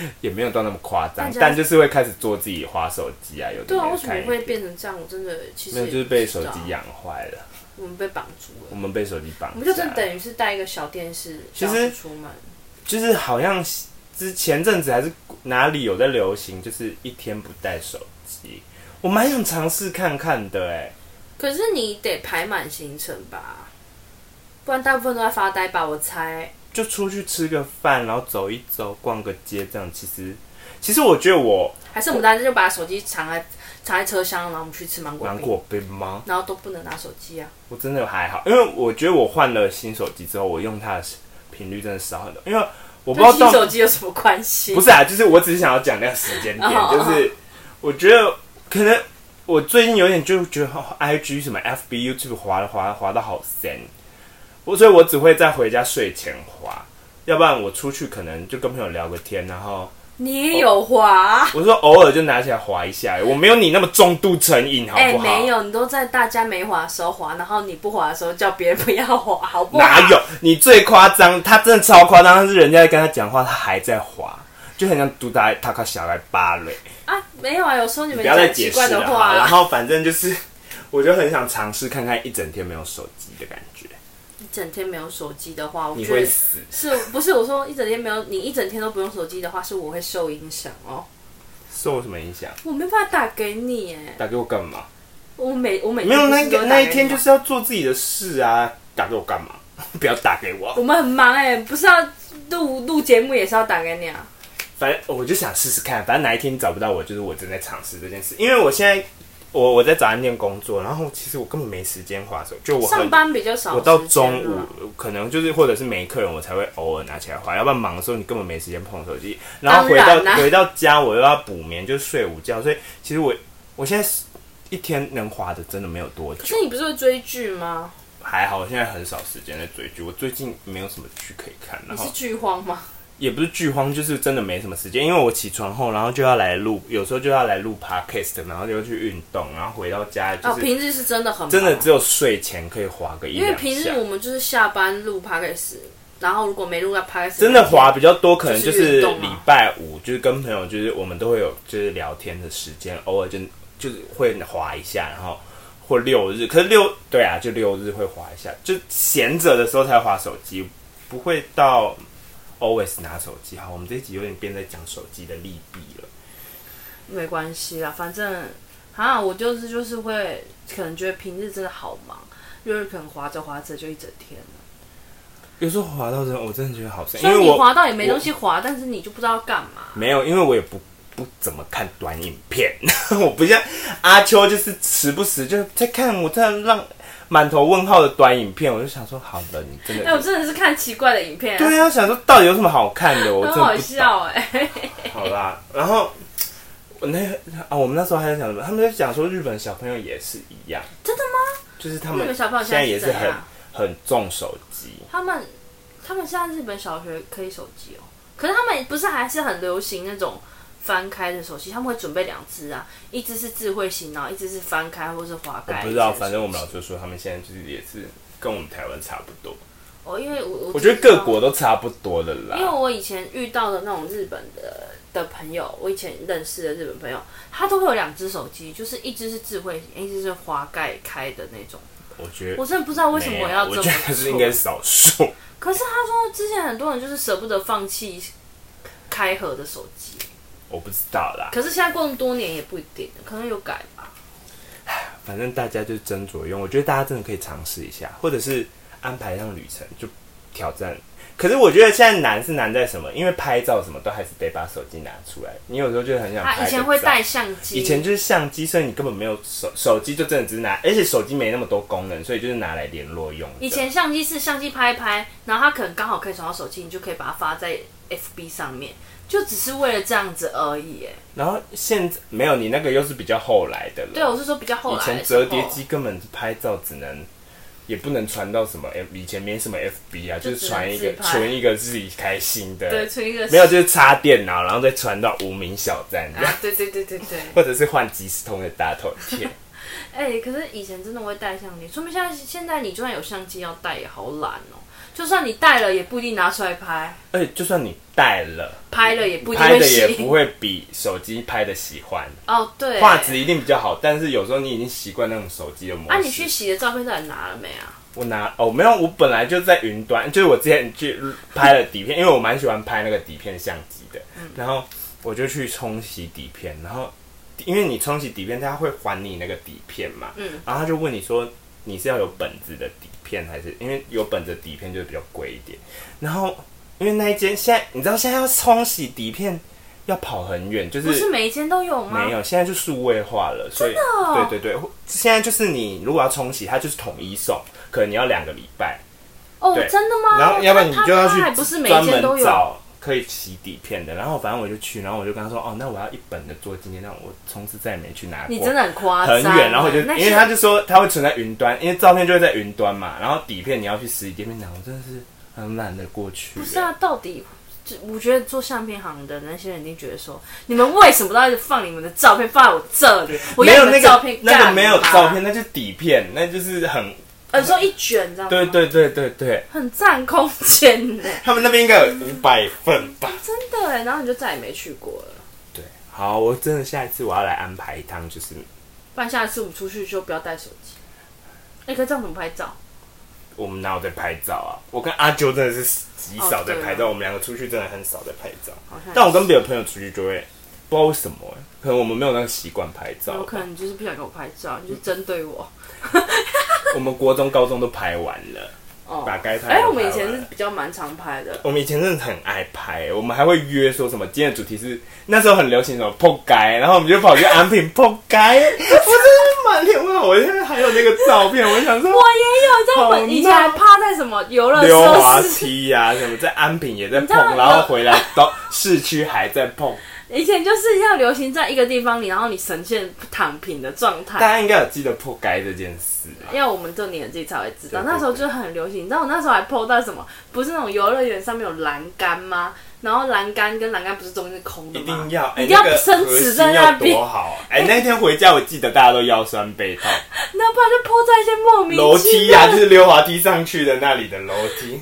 Speaker 2: 欸。
Speaker 1: 也没有到那么夸张
Speaker 2: 大，家
Speaker 1: 但就是会开始做自己划手机啊，有的
Speaker 2: 对啊，
Speaker 1: 没
Speaker 2: 为
Speaker 1: 有
Speaker 2: 什么
Speaker 1: 看影
Speaker 2: 会
Speaker 1: 片。
Speaker 2: 变成这样？我真的其实
Speaker 1: 没有，
Speaker 2: 也
Speaker 1: 就是
Speaker 2: 不
Speaker 1: 被
Speaker 2: 知
Speaker 1: 手
Speaker 2: 道
Speaker 1: 机养坏了，
Speaker 2: 我们被绑住
Speaker 1: 我
Speaker 2: 了，
Speaker 1: 们被手机绑架了。
Speaker 2: 我们就真的等于是带一个小电视，
Speaker 1: 其实
Speaker 2: 这样子出门。
Speaker 1: 就是好像之前阵子还是哪里有在流行，就是一天不带手机，我蛮想尝试看看的哎、
Speaker 2: 可是你得排满行程吧，不然大部分都在发呆吧，我猜。
Speaker 1: 就出去吃个饭，然后走一走，逛个街，这样其实其实我觉得我
Speaker 2: 还是我们大家就把手机藏在藏在车厢，然后我们去吃芒果
Speaker 1: 难
Speaker 2: 冰，
Speaker 1: 过被吗？
Speaker 2: 然后都不能拿手机啊。
Speaker 1: 我真的还好，因为我觉得我换了新手机之后，我用它的频率真的少很多，因为我不知道
Speaker 2: 跟新手
Speaker 1: 到
Speaker 2: 机有什么关系？
Speaker 1: 不是啊，就是我只是想要讲那个时间点，
Speaker 2: 哦
Speaker 1: 就是我觉得可能我最近有点就觉得、哦 IG 什么 FB、YouTube 滑了滑了滑到好深，我所以我只会在回家睡前滑，要不然我出去可能就跟朋友聊个天，然后
Speaker 2: 你也有滑？
Speaker 1: 我说偶尔就拿起来滑一下，我没有你那么重度成瘾，好
Speaker 2: 哎、
Speaker 1: 不好？
Speaker 2: 没有，你都在大家没滑的时候滑，然后你不滑的时候叫别人不要滑， 好不好？
Speaker 1: 哪有？你最夸张，他真的超夸张，但是人家在跟他讲话，他还在滑，就很像毒打他靠小孩芭蕾。
Speaker 2: 啊？没有啊，有时候你
Speaker 1: 不
Speaker 2: 们
Speaker 1: 要
Speaker 2: 讲
Speaker 1: 再
Speaker 2: 奇
Speaker 1: 解释
Speaker 2: 怪的
Speaker 1: 了
Speaker 2: 话
Speaker 1: 哈。
Speaker 2: 啊、
Speaker 1: 然后反正就是， 我就很想尝试看看一整天没有手机的感觉，
Speaker 2: 一整天没有手机的话，我
Speaker 1: 你
Speaker 2: 觉得
Speaker 1: 会死。
Speaker 2: 是不是我说一整天没有你一整天都不用手机的话，是我会受影响哦。
Speaker 1: 受什么影响？
Speaker 2: 我没办法打给你哎，
Speaker 1: 打给我干嘛？
Speaker 2: 我每我每
Speaker 1: 没有
Speaker 2: 天不
Speaker 1: 那
Speaker 2: 是都
Speaker 1: 个
Speaker 2: 会打
Speaker 1: 那
Speaker 2: 给
Speaker 1: 一天
Speaker 2: 哎你吗
Speaker 1: 就是要做自己的事啊，打给我干嘛？ 不要打给我，
Speaker 2: 我们很忙哎，不是要录录节目也是要打给你啊。
Speaker 1: 反正我就想试试看，反正哪一天你找不到我，就是我正在尝试这件事。因为我现在我我在早餐店工作，然后其实我根本没时间划手，就我很
Speaker 2: 上班比较少，啊
Speaker 1: 我到中午。可能就是或者是没客人，我才会偶尔拿起来划，要不然忙的时候你根本没时间碰手机。然后回
Speaker 2: 当
Speaker 1: 到
Speaker 2: 然啊啦
Speaker 1: 回到家我又要补眠，就睡午觉，所以其实我我现在一天能划的真的没有多
Speaker 2: 可
Speaker 1: 久
Speaker 2: 是，你不是会追剧吗？
Speaker 1: 还好我现在很少时间在追剧，我最近没有什么剧可以看，然
Speaker 2: 你
Speaker 1: 后
Speaker 2: 是剧荒吗？
Speaker 1: 也不是剧荒，就是真的没什么时间，因为我起床后，然后就要来录，有时候就要来录 podcast，然后就去运动，然后回到家就
Speaker 2: 啊，
Speaker 1: 是
Speaker 2: 平日是真的很忙
Speaker 1: 真的只有睡前可以划个一
Speaker 2: 因为
Speaker 1: 两
Speaker 2: 平日
Speaker 1: 下。
Speaker 2: 我们就是下班录 p o d c a s 然后如果没录到 p o d c a s
Speaker 1: 真的滑比较多，可能就
Speaker 2: 就是是运动啊
Speaker 1: 礼拜五，就是跟朋友，就是我们都会有就是聊天的时间，偶尔就就是会滑一下，然后或六日，可是六对啊，就六日会滑一下，就闲着的时候才滑手机，不会到 always 拿手机。好，我们这一集有点变在讲手机的利弊了。
Speaker 2: 没关系啦，反正啊，我就是就是会可能觉得平日真的好忙，就是可能滑着滑着就一整天了。
Speaker 1: 有时候滑到真的，我真的觉得好深，因
Speaker 2: 虽
Speaker 1: 为
Speaker 2: 然你
Speaker 1: 我
Speaker 2: 滑到也没东西滑，但是你就不知道干嘛。
Speaker 1: 没有，因为我也不不怎么看 短影片，我不像阿秋，就是时不时就在看，我在让满头问号的短影片，我就想说，好了，你真
Speaker 2: 哎，我
Speaker 1: 的
Speaker 2: 真的是看奇怪的影片、啊，
Speaker 1: 对啊，想说到底有什么好看的？我
Speaker 2: 很
Speaker 1: 真的
Speaker 2: 好
Speaker 1: 不
Speaker 2: 笑哎、
Speaker 1: 好啦，然后我那啊，我们那时候还在讲什么？他们在讲说日本小朋友也是一样，
Speaker 2: 真的
Speaker 1: 吗？就是他
Speaker 2: 日
Speaker 1: 们
Speaker 2: 本小朋友
Speaker 1: 现在
Speaker 2: 是
Speaker 1: 也
Speaker 2: 怎
Speaker 1: 是很
Speaker 2: 样？
Speaker 1: 很重手机，
Speaker 2: 他们他们现在日本小学可以手机哦，可是他们不是还是很流行那种翻开的手机，他们会准备两只啊，一只是智慧型，然后一只是翻开或是滑
Speaker 1: 我
Speaker 2: 盖。
Speaker 1: 不知道，
Speaker 2: 一只是
Speaker 1: 反正我们老师说他们现在就是也是跟我们台湾差不多，
Speaker 2: 哦，因为我我
Speaker 1: 我觉得各国都差不多了
Speaker 2: 因为
Speaker 1: 啦。
Speaker 2: 我以前遇到的那种日本的的朋友，我以前认识的日本朋友，他都会有两只手机，就是一只是智慧型，一只是滑盖开的那种。
Speaker 1: 我觉得
Speaker 2: 我真的不知道为什么
Speaker 1: 没有
Speaker 2: 要这么
Speaker 1: 我觉得是应该是少数。
Speaker 2: 可是他说之前很多人就是舍不得放弃开合的手机，
Speaker 1: 我不知道啦，
Speaker 2: 可是现在过那么多年也不一定，可能有改吧。
Speaker 1: 反正大家就斟酌用。我觉得大家真的可以尝试一下，或者是安排上旅程，就挑战。可是我觉得现在难是难在什么？因为拍照什么都还是得把手机拿出来。你有时候就很想拍个
Speaker 2: 他
Speaker 1: 照
Speaker 2: 以前会带，相机，
Speaker 1: 以前就是相机，所以你根本没有手手机，就真的只是拿，而且手机没那么多功能，所以就是拿来联络用的。
Speaker 2: 以前相机是相机拍一拍，然后他可能刚好可以传到手机，你就可以把它发在 FB 上面，就只是为了这样子而已。哎，
Speaker 1: 然后现在没有你那个又是比较后来的了。
Speaker 2: 对，我是说比较后
Speaker 1: 啊以
Speaker 2: 来
Speaker 1: 前
Speaker 2: 的时候
Speaker 1: 折叠机根本是拍照只能，也不能传到什么 F，以前没什么 FB 啊，
Speaker 2: 就
Speaker 1: 就是传一
Speaker 2: 只能
Speaker 1: 个
Speaker 2: 自拍
Speaker 1: 存一个自己开心的，
Speaker 2: 对，存一个
Speaker 1: 没有就是插电脑，然后再传到无名小站这样，
Speaker 2: 啊，对对对对对。
Speaker 1: 或者是换即时通的大头 贴。
Speaker 2: 哎、可是以前真的会带相机，说明现在现在你就算有相机要带也好懒哦、就算你带了也不一定拿出来拍，
Speaker 1: 而且就算你带了，
Speaker 2: 拍了也不一定
Speaker 1: 拍
Speaker 2: 会
Speaker 1: 的也
Speaker 2: 喜
Speaker 1: 不。会比手机拍的喜欢，
Speaker 2: 哦，对，
Speaker 1: 画质一定比较好，但是有时候你已经习惯那种手机的模式。
Speaker 2: 啊，你去洗的照片到底拿了没啊？
Speaker 1: 我拿哦，没有，我本来就在云端，就是我之前去拍了底片，因为我蛮喜欢拍那个底片相机的，然后我就去冲洗底片，然后因为你冲洗底片，它会还你那个底片嘛，
Speaker 2: 嗯
Speaker 1: 然后他就问你说你是要有本子的底片还是因为有本子的底片就是比较贵一点，然后因为那一间现在你知道现在要冲洗底片要跑很远，就
Speaker 2: 不是每一间都有吗？
Speaker 1: 没有，现在就数位化了，所以、
Speaker 2: 啊哦
Speaker 1: 对对对，现在就是你如果要冲洗，它就是统一送，可能你要两个礼拜，
Speaker 2: 哦，
Speaker 1: 对
Speaker 2: 真的吗？
Speaker 1: 然后要不然你
Speaker 2: 他
Speaker 1: 就要
Speaker 2: 他还
Speaker 1: 去
Speaker 2: 不是每一
Speaker 1: 专
Speaker 2: 间都
Speaker 1: 门
Speaker 2: 有。
Speaker 1: 找可以洗底片的。然后反正我就去，然后我就跟他说，哦，那我要一本的做纪念，那我从此再也没去拿过。
Speaker 2: 你真的很夸张
Speaker 1: 很
Speaker 2: 欸，
Speaker 1: 远，然后我就
Speaker 2: 那
Speaker 1: 因为他就说他会存在云端，因为照片就会在云端嘛，然后底片你要去实体店面拿，我真的是很懒得过去。
Speaker 2: 不是啊，到底就我觉得做相片行的那些人一定觉得说，你们为什么都要一直放你们的照片放在我这里？我
Speaker 1: 没
Speaker 2: 要
Speaker 1: 有
Speaker 2: 你
Speaker 1: 那
Speaker 2: 们
Speaker 1: 个
Speaker 2: 照片
Speaker 1: 那个
Speaker 2: 干
Speaker 1: 没有
Speaker 2: 嘛
Speaker 1: 照片，，那就是底片，那就是很
Speaker 2: 呃，说一卷这样，
Speaker 1: 对，对对对对，
Speaker 2: 很占空间呢，
Speaker 1: 他们那边应该有五百份吧。
Speaker 2: 真的欸。然后你就再也没去过了。
Speaker 1: 对，好，我真的下一次我要来安排一趟，就是
Speaker 2: 不然下一次我们出去就不要带手机。哎、可是这样怎么拍照？
Speaker 1: 我们哪有在拍照啊？我跟阿啾真的是极少在拍
Speaker 2: 哦对
Speaker 1: 照，
Speaker 2: 啊
Speaker 1: 我们两个出去真的很少在拍照。
Speaker 2: 好像
Speaker 1: 但我跟别的朋友出去就会，不知道为什么、欸，可能我们没有那个习惯拍照
Speaker 2: 有
Speaker 1: 吧。
Speaker 2: 可能你就是不想给我拍照，你就针对我。
Speaker 1: 我们国中、高中都拍完了，
Speaker 2: 哦
Speaker 1: 把该拍的
Speaker 2: 哎、我们以
Speaker 1: 拍
Speaker 2: 前
Speaker 1: 完
Speaker 2: 是比较蛮常拍的。
Speaker 1: 我们以前真的很爱拍、我们还会约说什么今天的主题是那时候很流行什么破街，然后我们就跑去安平破街，我真的是满脸问号。我现在还有那个照片，我想说
Speaker 2: 我也有在
Speaker 1: 好
Speaker 2: 我以前还
Speaker 1: 闹
Speaker 2: 趴在什么游乐
Speaker 1: 溜滑
Speaker 2: 设施，
Speaker 1: 梯呀、什么在安平也在
Speaker 2: 知道
Speaker 1: 碰，然后回来到市区还在碰。
Speaker 2: 以前就是要流行在一个地方里，然后你呈现躺平的状
Speaker 1: 大
Speaker 2: 态。
Speaker 1: 家应该有记得破街这件事啊，
Speaker 2: 要我们这年纪才会知
Speaker 1: 对
Speaker 2: 道，
Speaker 1: 对
Speaker 2: 那时候就很流行。你知道我那时候还 PO 到什么？不是那种游乐园上面有栏杆吗？然后栏杆跟栏杆不是中间是空的
Speaker 1: 一
Speaker 2: 吗？
Speaker 1: 定要哎，
Speaker 2: 一定要
Speaker 1: 那个
Speaker 2: 伸
Speaker 1: 核
Speaker 2: 直
Speaker 1: 心
Speaker 2: 在那边
Speaker 1: 要多好哎！那天回家我记得大家都腰酸背痛，
Speaker 2: 那不然就泼在一些莫名
Speaker 1: 楼
Speaker 2: 其
Speaker 1: 梯
Speaker 2: 妙、
Speaker 1: 呀、就是溜滑梯上去的那里的楼梯。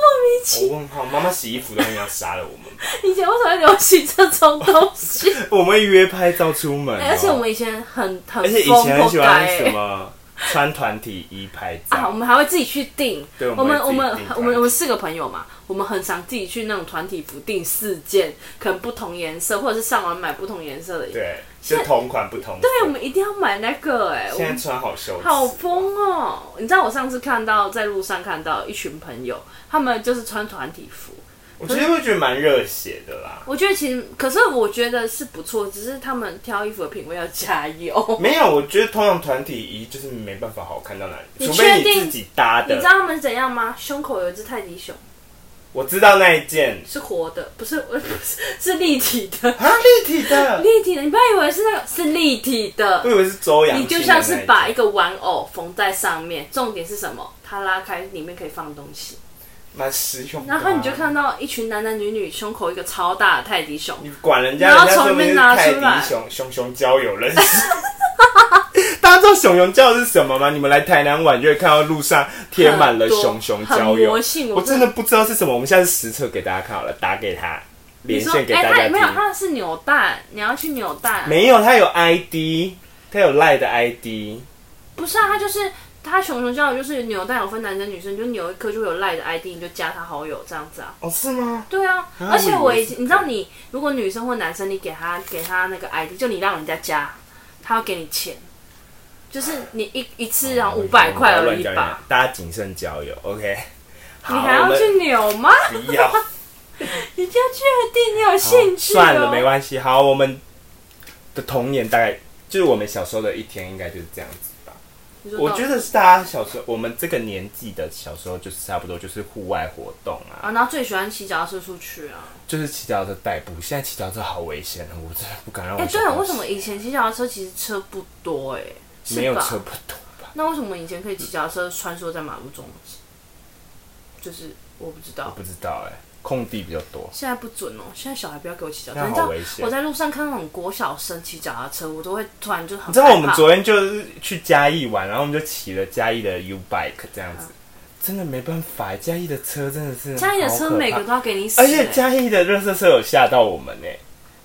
Speaker 2: 莫名其
Speaker 1: 我问号，妈妈洗衣服都应该要杀了我们吧。
Speaker 2: 以前为什么会流行这种东 西？
Speaker 1: 我们约拍照出门哦、
Speaker 2: 哎而且我们以前很很
Speaker 1: 而且以
Speaker 2: 疯欸
Speaker 1: 前很喜欢
Speaker 2: 活该
Speaker 1: 什么穿团体衣拍照，
Speaker 2: 啊，我们还会自己去订。
Speaker 1: 对
Speaker 2: 我
Speaker 1: 我
Speaker 2: 们
Speaker 1: 们
Speaker 2: 我们
Speaker 1: 会自己订
Speaker 2: 我们我们四个朋友嘛，我们很常自己去那种团体服订四件，可能不同颜色，或者是上网买不同颜色的。对，
Speaker 1: 对，就同款不同。对
Speaker 2: 我们一定要买那个哎、我
Speaker 1: 现在
Speaker 2: 们
Speaker 1: 穿好羞耻，
Speaker 2: 好疯哦！你知道我上次看到在路上看到一群朋友，他们就是穿团体服，
Speaker 1: 我其实会觉得蛮热血的啦。
Speaker 2: 我觉得其实，可是我觉得是不错，只是他们挑衣服的品味要加 油。
Speaker 1: 没有，我觉得通常团体衣就是没办法好看到哪里，
Speaker 2: 你
Speaker 1: 除非
Speaker 2: 确
Speaker 1: 你
Speaker 2: 定
Speaker 1: 自己搭
Speaker 2: 你
Speaker 1: 的
Speaker 2: 知。道他们怎样吗？胸口有一只泰迪熊，
Speaker 1: 我知道那一件
Speaker 2: 是活的，不是不是是立体的，
Speaker 1: 啊，立体 的，
Speaker 2: 立体的，你不要以为是那个是立体的
Speaker 1: 我，以为是周扬
Speaker 2: 你
Speaker 1: 青的那
Speaker 2: 就
Speaker 1: 一件。
Speaker 2: 像是把一个玩偶缝在上面，重点是什么？它拉开里面可以放东西，
Speaker 1: 蛮实用的啊。
Speaker 2: 然后你就看到一群男男女女胸口一个超大的泰迪熊，
Speaker 1: 你管人家，
Speaker 2: 然
Speaker 1: 人
Speaker 2: 后
Speaker 1: 家说
Speaker 2: 从那
Speaker 1: 明是
Speaker 2: 边拿
Speaker 1: 泰
Speaker 2: 出来
Speaker 1: 迪熊熊熊交友认识。 大家知道熊熊交友是什么吗？你们来台南玩就会看到路上贴满了
Speaker 2: 很多
Speaker 1: 熊熊交
Speaker 2: 很
Speaker 1: 友
Speaker 2: 魔。性，
Speaker 1: 我真的不知道是什么，我们下次实测给大家看好了，打给他，连
Speaker 2: 你说
Speaker 1: 线给
Speaker 2: 哎
Speaker 1: 大
Speaker 2: 它
Speaker 1: 家
Speaker 2: 没有，
Speaker 1: 听。
Speaker 2: 它是扭蛋，你要去扭蛋，
Speaker 1: 没有，他有 ID，他有赖的 ID。
Speaker 2: 不是啊，它就是。它熊熊交友就是扭蛋有分男生女生，你就扭一颗就会有赖的 ID，你就加他好友这样子啊。
Speaker 1: 哦，是吗？
Speaker 2: 对啊，
Speaker 1: 啊
Speaker 2: 而且
Speaker 1: 我
Speaker 2: 我
Speaker 1: 以为
Speaker 2: 以
Speaker 1: 是
Speaker 2: 前你知道你，如果女生或男生，你给他给他那个 ID，就你让人家加，他要给你钱，就是你一一次
Speaker 1: 哦
Speaker 2: 然后五百块而已吧。
Speaker 1: 大家谨慎交友，OK。
Speaker 2: 你
Speaker 1: 好
Speaker 2: 还要去扭吗？
Speaker 1: 我们不要？
Speaker 2: 你就确定你有兴趣、哦
Speaker 1: 算了，没关系。好，我们的童年大概就是我们小时候的一天，应该就是这样子吧。
Speaker 2: 你说到
Speaker 1: 我觉得是大家小时候，我们这个年纪的小时候，就是差不多就是户外活动啊，
Speaker 2: 啊，然后最喜欢骑脚踏车出去啊。
Speaker 1: 就是骑脚踏车代步。现在骑脚踏车好危险哦，我真的不敢让我
Speaker 2: 哎、
Speaker 1: 小朋
Speaker 2: 对
Speaker 1: 友骑。
Speaker 2: 了，为什么以前骑脚踏车其实车不多、哎，是吧
Speaker 1: 没有车不多吧？
Speaker 2: 那为什么以前可以骑脚踏车穿梭在马路中？就是我不知
Speaker 1: 我
Speaker 2: 道，
Speaker 1: 不知道哎、空地比较多，
Speaker 2: 现在不准哦、现在小孩不要给我骑脚踏车，
Speaker 1: 那
Speaker 2: 你知
Speaker 1: 好
Speaker 2: 道
Speaker 1: 危险
Speaker 2: 我。在路上看那种国小生骑脚踏车，我都会突然就很
Speaker 1: 你知道我
Speaker 2: 害
Speaker 1: 们
Speaker 2: 怕
Speaker 1: 昨天就是去嘉义玩，然后我们就骑了嘉义的 U bike 这样子，真的没办法，嘉义的车真的是
Speaker 2: 家嗯里的
Speaker 1: 好
Speaker 2: 车
Speaker 1: 可
Speaker 2: 每
Speaker 1: 怕
Speaker 2: 个都要给你死、
Speaker 1: 而且
Speaker 2: 欸
Speaker 1: 嘉义的热色车有吓到我们呢、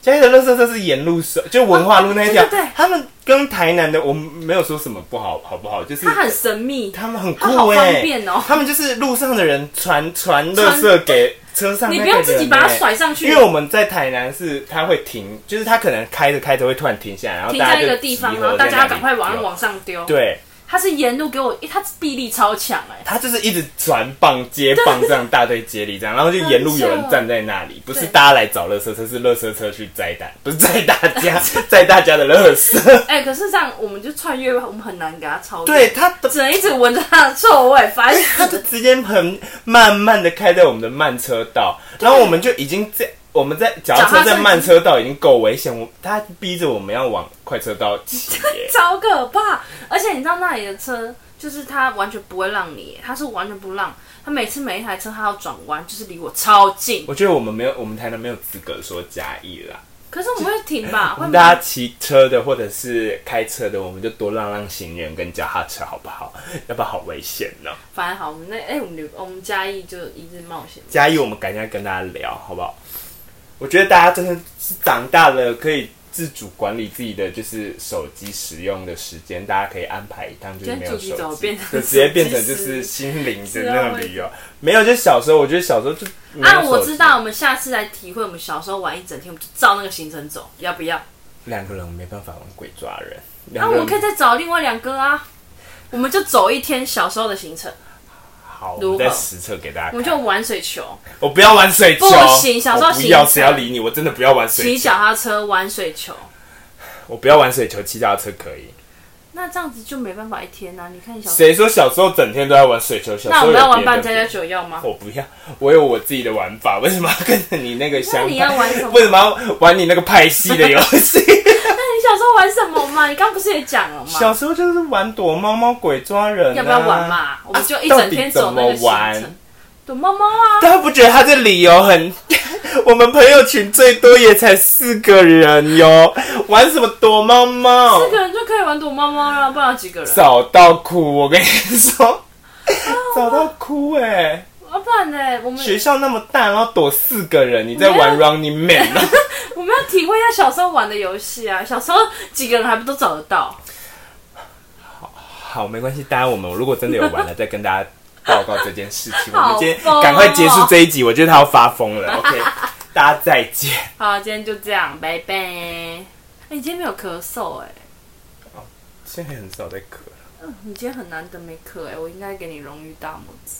Speaker 1: 嘉义的热色车是沿路收，就文化路那一条、
Speaker 2: 啊对对对
Speaker 1: 他们跟台南的，我们没有说什么不好，好不好？就是
Speaker 2: 它很神秘，
Speaker 1: 他们很
Speaker 2: 它好
Speaker 1: 酷
Speaker 2: 方
Speaker 1: 哎、
Speaker 2: 便哦、
Speaker 1: 他们就是路上的人传传
Speaker 2: 传
Speaker 1: 热色给车上、那
Speaker 2: 你
Speaker 1: 个
Speaker 2: 不用自己
Speaker 1: 人
Speaker 2: 把它
Speaker 1: 欸
Speaker 2: 甩上去，
Speaker 1: 因为我们在台南是，他会停，就是他可能开着开着会突然停下来，然后
Speaker 2: 停
Speaker 1: 大家
Speaker 2: 在
Speaker 1: 就
Speaker 2: 一个地方，
Speaker 1: 集合
Speaker 2: 然后大
Speaker 1: 在那
Speaker 2: 家
Speaker 1: 里
Speaker 2: 赶快往
Speaker 1: 丢
Speaker 2: 往上丢。，
Speaker 1: 对，
Speaker 2: 它是沿路给我，欸它臂力超强哎、
Speaker 1: 他就是一直传棒接棒这样大队接力这样，然后 就沿路有人站在那里，不是大家来找垃圾车，是垃圾车去载 大，不是载大家， 载大家的垃圾。
Speaker 2: 哎、可是这样我们就穿越，我们很难给它超越，
Speaker 1: 对，，他 的
Speaker 2: 只能一直闻着它的臭味，烦
Speaker 1: 他
Speaker 2: 死
Speaker 1: 就
Speaker 2: 了。
Speaker 1: 直接很慢慢的开在我们的慢车道，然后我们就已经在我们在脚踏车在慢车道已经够危险，我他逼着我们要往快车道 骑耶
Speaker 2: 超可怕！而且你知道那里的车，就是它完全不会让你，它是完全不让，它每次每一台车它要转弯，就是离我超近。
Speaker 1: 我觉得我们没有，我们台南没有资格说嘉义啦。
Speaker 2: 可是我们会停 吧？会
Speaker 1: 大家？
Speaker 2: 吗
Speaker 1: 骑车的或者是开车的，我们就多让让行人跟脚踏车好不好？要不然好危险哦呢、
Speaker 2: 反正好，我们那哎、我们旅我们嘉义就一日冒险。
Speaker 1: 嘉义，我们改天跟大家聊好不好？我觉得大家真的是长大了，可以自主管理自己的就是手机使用的时间，大家可以安排一趟就是没有
Speaker 2: 今天主题怎
Speaker 1: 手
Speaker 2: 么
Speaker 1: 机
Speaker 2: 变，成
Speaker 1: 就直接变成
Speaker 2: 手
Speaker 1: 就
Speaker 2: 机
Speaker 1: 是
Speaker 2: 时
Speaker 1: 心灵的
Speaker 2: 是啊
Speaker 1: 那种旅游。没有，就小时候，我觉得小时候就没有
Speaker 2: 啊，我
Speaker 1: 手
Speaker 2: 知
Speaker 1: 机
Speaker 2: 道，我们下次来体会我们小时候玩一整天，我们就照那个行程走，要不要？
Speaker 1: 两个人没办法玩鬼抓人，
Speaker 2: 那、
Speaker 1: 两
Speaker 2: 啊、
Speaker 1: 个
Speaker 2: 我
Speaker 1: 人
Speaker 2: 们可以再找另外两个啊，我们就走一天小时候的行程，
Speaker 1: 好，我们
Speaker 2: 如何
Speaker 1: 再实测给大家
Speaker 2: 我
Speaker 1: 看
Speaker 2: 们。就玩水球、
Speaker 1: 我不要玩水球，
Speaker 2: 不行小时候
Speaker 1: 我不要，
Speaker 2: 行
Speaker 1: 谁要理你？我真的不要玩水
Speaker 2: 骑
Speaker 1: 球，
Speaker 2: 脚踏车、玩水球。
Speaker 1: 我不要玩水球，骑脚踏车可以。
Speaker 2: 那这样子就没办法一天啊！你看你小时候，
Speaker 1: 谁说小时候整天都在玩水球？小时
Speaker 2: 那
Speaker 1: 候
Speaker 2: 我
Speaker 1: 有
Speaker 2: 们要玩
Speaker 1: 别的
Speaker 2: 扮家家酒要吗？
Speaker 1: 我不要，我有我自己的玩法，为什么要跟着你那个
Speaker 2: 那
Speaker 1: 相
Speaker 2: 你要
Speaker 1: 反？
Speaker 2: 玩什么？
Speaker 1: 为什么要玩你那个派系的游 戏？
Speaker 2: 那你小时候玩什么嘛？你刚不是也讲了
Speaker 1: 小
Speaker 2: 吗？
Speaker 1: 时候就是玩躲猫猫、鬼抓人、啊，
Speaker 2: 要不要玩？嘛？我们就一整天走那
Speaker 1: 到
Speaker 2: 个
Speaker 1: 底怎么
Speaker 2: 行
Speaker 1: 玩
Speaker 2: 程。躲猫猫啊！
Speaker 1: 大家不觉得 他这理由很？ 我们朋友群最多也才四个人哟，玩什么躲猫猫？
Speaker 2: 四个人就可以玩躲猫猫了，不然有几个人？
Speaker 1: 找到哭，我跟你 说，找到哭哎、
Speaker 2: 啊，不然呢？我们
Speaker 1: 学校那么大，然后躲四个人，你在玩 Running Man 啊？
Speaker 2: 我们要体会一下小时候玩的游戏啊！小时候几个人还不都找得到？
Speaker 1: 好，没关系，大家我们如果真的有玩了，再跟大家报告这件事情。我
Speaker 2: 好
Speaker 1: 们今
Speaker 2: 疯
Speaker 1: 天
Speaker 2: 哦
Speaker 1: 赶快结束这一集，我觉得他要发疯了。OK，大家 再见。
Speaker 2: 好，今天就这样，拜拜。哎、你今天没有咳嗽哎、
Speaker 1: 现在很少在咳了，
Speaker 2: 你今天很难得没咳哎、我应该给你荣誉大拇指。